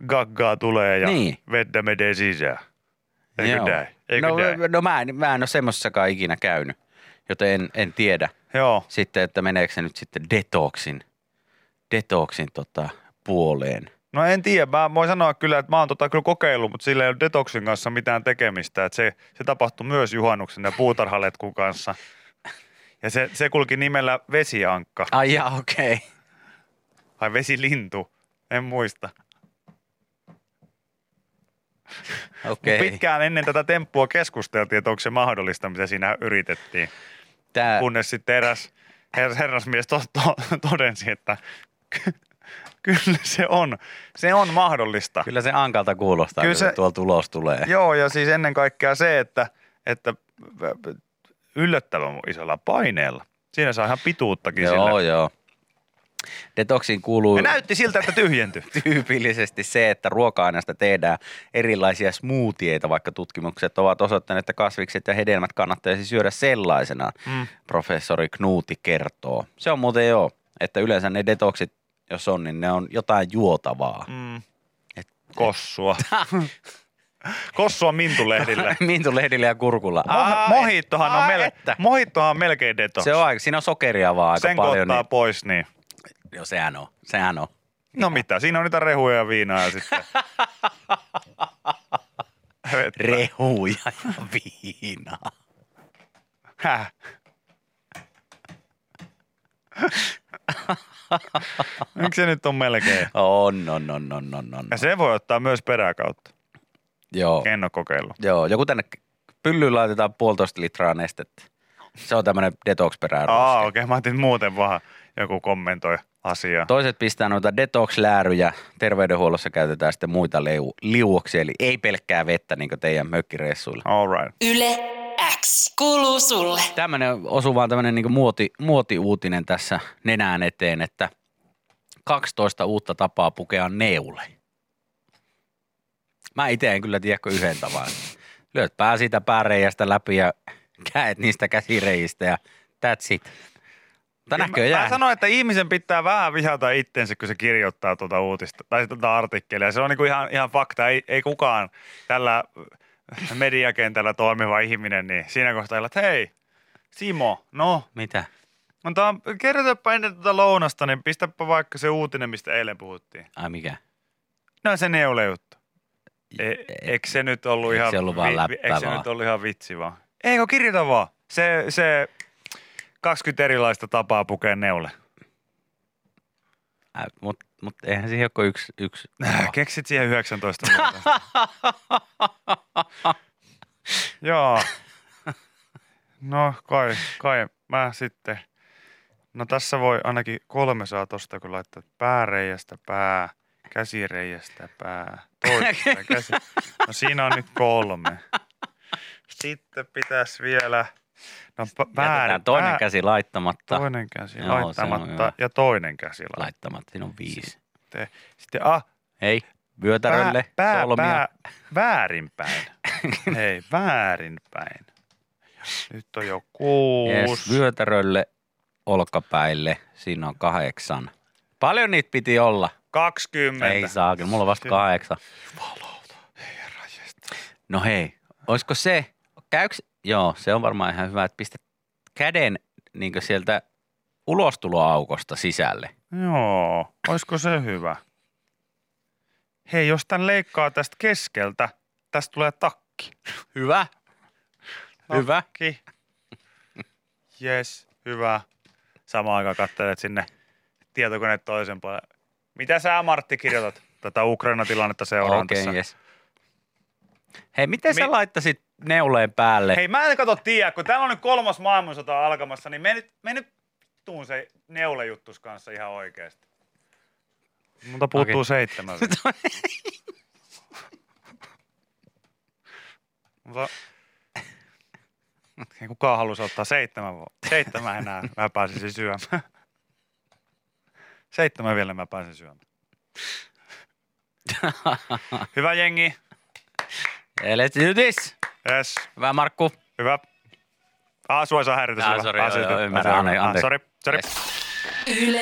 Speaker 3: gaggaa tulee ja
Speaker 4: Niin.
Speaker 3: vedä menee sisään. Eikö
Speaker 4: Joo.
Speaker 3: näin? Eikö
Speaker 4: no,
Speaker 3: näin?
Speaker 4: no mä, en, mä en ole semmoisessakaan ikinä käynyt, joten en, en tiedä
Speaker 3: Joo.
Speaker 4: sitten, että meneekö se nyt sitten detoxin, detoxin tota, puoleen.
Speaker 3: No en tiedä, mä voin sanoa kyllä, että mä oon tota kyllä kokeillut, mutta sillä ei ole detoksin kanssa mitään tekemistä. Että se, se tapahtui myös juhannuksen ja puutarhaletkun kanssa. Ja se, se kulki nimellä vesiankka,
Speaker 4: Ai jaa, okei. Okay.
Speaker 3: tai vesilintu, en muista.
Speaker 4: Okay.
Speaker 3: Pitkään ennen tätä temppua keskusteltiin, että onko se mahdollista, mitä siinä yritettiin.
Speaker 4: Tää,
Speaker 3: Kunnes sitten eräs her- herrasmies to, to, todensi, että ky- kyllä se on, se on mahdollista.
Speaker 4: Kyllä se ankalta kuulostaa,
Speaker 3: Kyllä se-
Speaker 4: kyllä se... tuolla tulos tulee.
Speaker 3: Joo, ja siis ennen kaikkea se, että, että yllättävän isolla paineella. Siinä saa ihan pituuttakin
Speaker 4: joo,
Speaker 3: sillä.
Speaker 4: joo. Detoxiin kuuluu
Speaker 3: Ja näytti siltä, että tyhjenty.
Speaker 4: tyypillisesti se, että ruoka-aineista tehdään erilaisia smoothieita, vaikka tutkimukset ovat osoittaneet, että kasvikset ja hedelmät kannattaisi syödä sellaisenaan,
Speaker 3: Mm.
Speaker 4: mm. professori Knuuti kertoo. Se on muuten joo, että yleensä ne detoksit, jos on, niin ne on jotain juotavaa.
Speaker 3: Mm. Kossua. Kossua mintulehdillä.
Speaker 4: Mintulehdillä Niin ja kurkulla.
Speaker 3: Mo-
Speaker 4: Ai,
Speaker 3: mohittohan, on
Speaker 4: ai
Speaker 3: mel-
Speaker 4: että.
Speaker 3: mohittohan on melkein deto.
Speaker 4: Se on aika, siinä on sokeria vaan aika
Speaker 3: Sen kun
Speaker 4: paljon.
Speaker 3: ottaa
Speaker 4: Niin,
Speaker 3: pois, niin
Speaker 4: joo, sehän on, sehän on.
Speaker 3: no mitä, siinä on niitä rehuja ja viinaa ja sitten. Vettä.
Speaker 4: Rehuja ja viinaa.
Speaker 3: Häh. Miksi se nyt on melkein?
Speaker 4: On, on, on, on, on, on.
Speaker 3: Ja se voi ottaa myös peräkautta.
Speaker 4: Joo.
Speaker 3: En ole kokeillut.
Speaker 4: Joo, joku tänne pyllyyn laitetaan puolitoista litraa nestettä. Se on tämmöinen detox
Speaker 3: Aa,
Speaker 4: okay.
Speaker 3: okei. Okay. Mä ajattelin muuten vaan joku kommentoi asiaa.
Speaker 4: Toiset pistää noita detox-lääryjä. Terveydenhuollossa käytetään sitten muita leu- liuoksia, eli ei pelkkää vettä niin kuin teidän mökkireissuilla.
Speaker 3: All right.
Speaker 2: Yle X kuuluu sulle.
Speaker 4: Tämmöinen osuu vaan tämmöinen niin muoti, muotiuutinen tässä nenään eteen, että 12 uutta tapaa pukea neule. Mä itse en kyllä tiedä kuin yhden tavan. Lyöt pää siitä pääreiästä läpi ja käet niistä käsireistä ja that's it. Mutta näköjään.
Speaker 3: Mä sanoin, että ihmisen pitää vähän vihata itsensä, kun se kirjoittaa tuota uutista tai tuota artikkelia. Se on niinku ihan, ihan fakta. Ei, ei kukaan tällä mediakentällä toimiva ihminen, niin siinä kohtaa, että hei, Simo, no,
Speaker 4: Mitä?
Speaker 3: Mutta kerrotapa ennen tuota lounasta, niin pistäpä vaikka se uutinen, mistä eilen puhuttiin.
Speaker 4: Ai mikä?
Speaker 3: No se neule juttu. E, eikö se nyt ollut
Speaker 4: Eikö
Speaker 3: ihan,
Speaker 4: se ollut vaan läppää
Speaker 3: eikö se
Speaker 4: vaan?
Speaker 3: nyt ollut ihan vitsi vaan? Eikö kirjoita vaan? Se, se 20 erilaista tapaa pukea neule.
Speaker 4: Äh, Mutta mut eihän siihen ole kuin yksi. yksi.
Speaker 3: Äh, keksit siihen 19 muuta. Joo. No kai, kai mä sitten. No tässä voi ainakin kolme saa tosta, kun laittaa pääreiästä pää, käsireiästä pää, toista käsi. No siinä on nyt kolme. Sitten pitäisi vielä, no p- pää,
Speaker 4: Jätetään toinen
Speaker 3: pää-
Speaker 4: käsi laittamatta. Toinen.
Speaker 3: toinen käsi
Speaker 4: Joo, se on
Speaker 3: laittamatta
Speaker 4: hyvä.
Speaker 3: ja toinen käsi laittamatta.
Speaker 4: Laittamatta, siinä on viisi.
Speaker 3: Sitten, ah,
Speaker 4: Hei, vyötärölle,
Speaker 3: pää,
Speaker 4: solmia.
Speaker 3: pää, väärinpäin. Hei, väärinpäin. Nyt on jo
Speaker 4: Yes,
Speaker 3: kuusi.
Speaker 4: vyötärölle, olkapäille, siinä on kahdeksan. Paljon niitä piti olla?
Speaker 3: 20.
Speaker 4: Ei saakin, mulla on vasta kahdeksan. No hei, olisiko se, käyks, joo, se on varmaan ihan hyvä, että pistä käden niin sieltä ulostuloaukosta sisälle.
Speaker 3: Joo, olisiko se hyvä? Hei, jos tän leikkaa tästä keskeltä, tästä tulee takki.
Speaker 4: Hyvä.
Speaker 3: No.
Speaker 4: Hyvä.
Speaker 3: Takki. Yes, hyvä. Samaan aikaan katselet sinne tietokone toisen puolen. Mitä sä Martti kirjoitat? Tätä Ukraina-tilannetta seuraan
Speaker 4: Okei,
Speaker 3: tässä.
Speaker 4: jes. Hei, miten
Speaker 3: Mi-
Speaker 4: sä laittasit neuleen päälle?
Speaker 3: Hei, mä en kato tiedä, kun täällä on nyt kolmas maailmansota alkamassa, niin me nyt, me nyt tuun se neulejuttus kanssa ihan oikeasti. Mutta puuttuu
Speaker 4: Okei.
Speaker 3: seitsemän. vielä. Mutta ei kukaan halusi ottaa seitsemän vu- Seitsemän enää mä pääsisin syömään. Seitsemän vielä mä pääsen syömään. Hyvä jengi.
Speaker 6: Hey, let's do this.
Speaker 3: Yes.
Speaker 6: Hyvä Markku.
Speaker 3: Hyvä. Ah, sua ei saa häiritä.
Speaker 6: Ah,
Speaker 3: sillä.
Speaker 6: sori, joo,
Speaker 3: siitä-
Speaker 6: joo, ymmärrän.
Speaker 3: ah,
Speaker 6: Anteeksi,
Speaker 3: ah,
Speaker 6: anteeksi.
Speaker 3: Sori, sori.
Speaker 2: Yle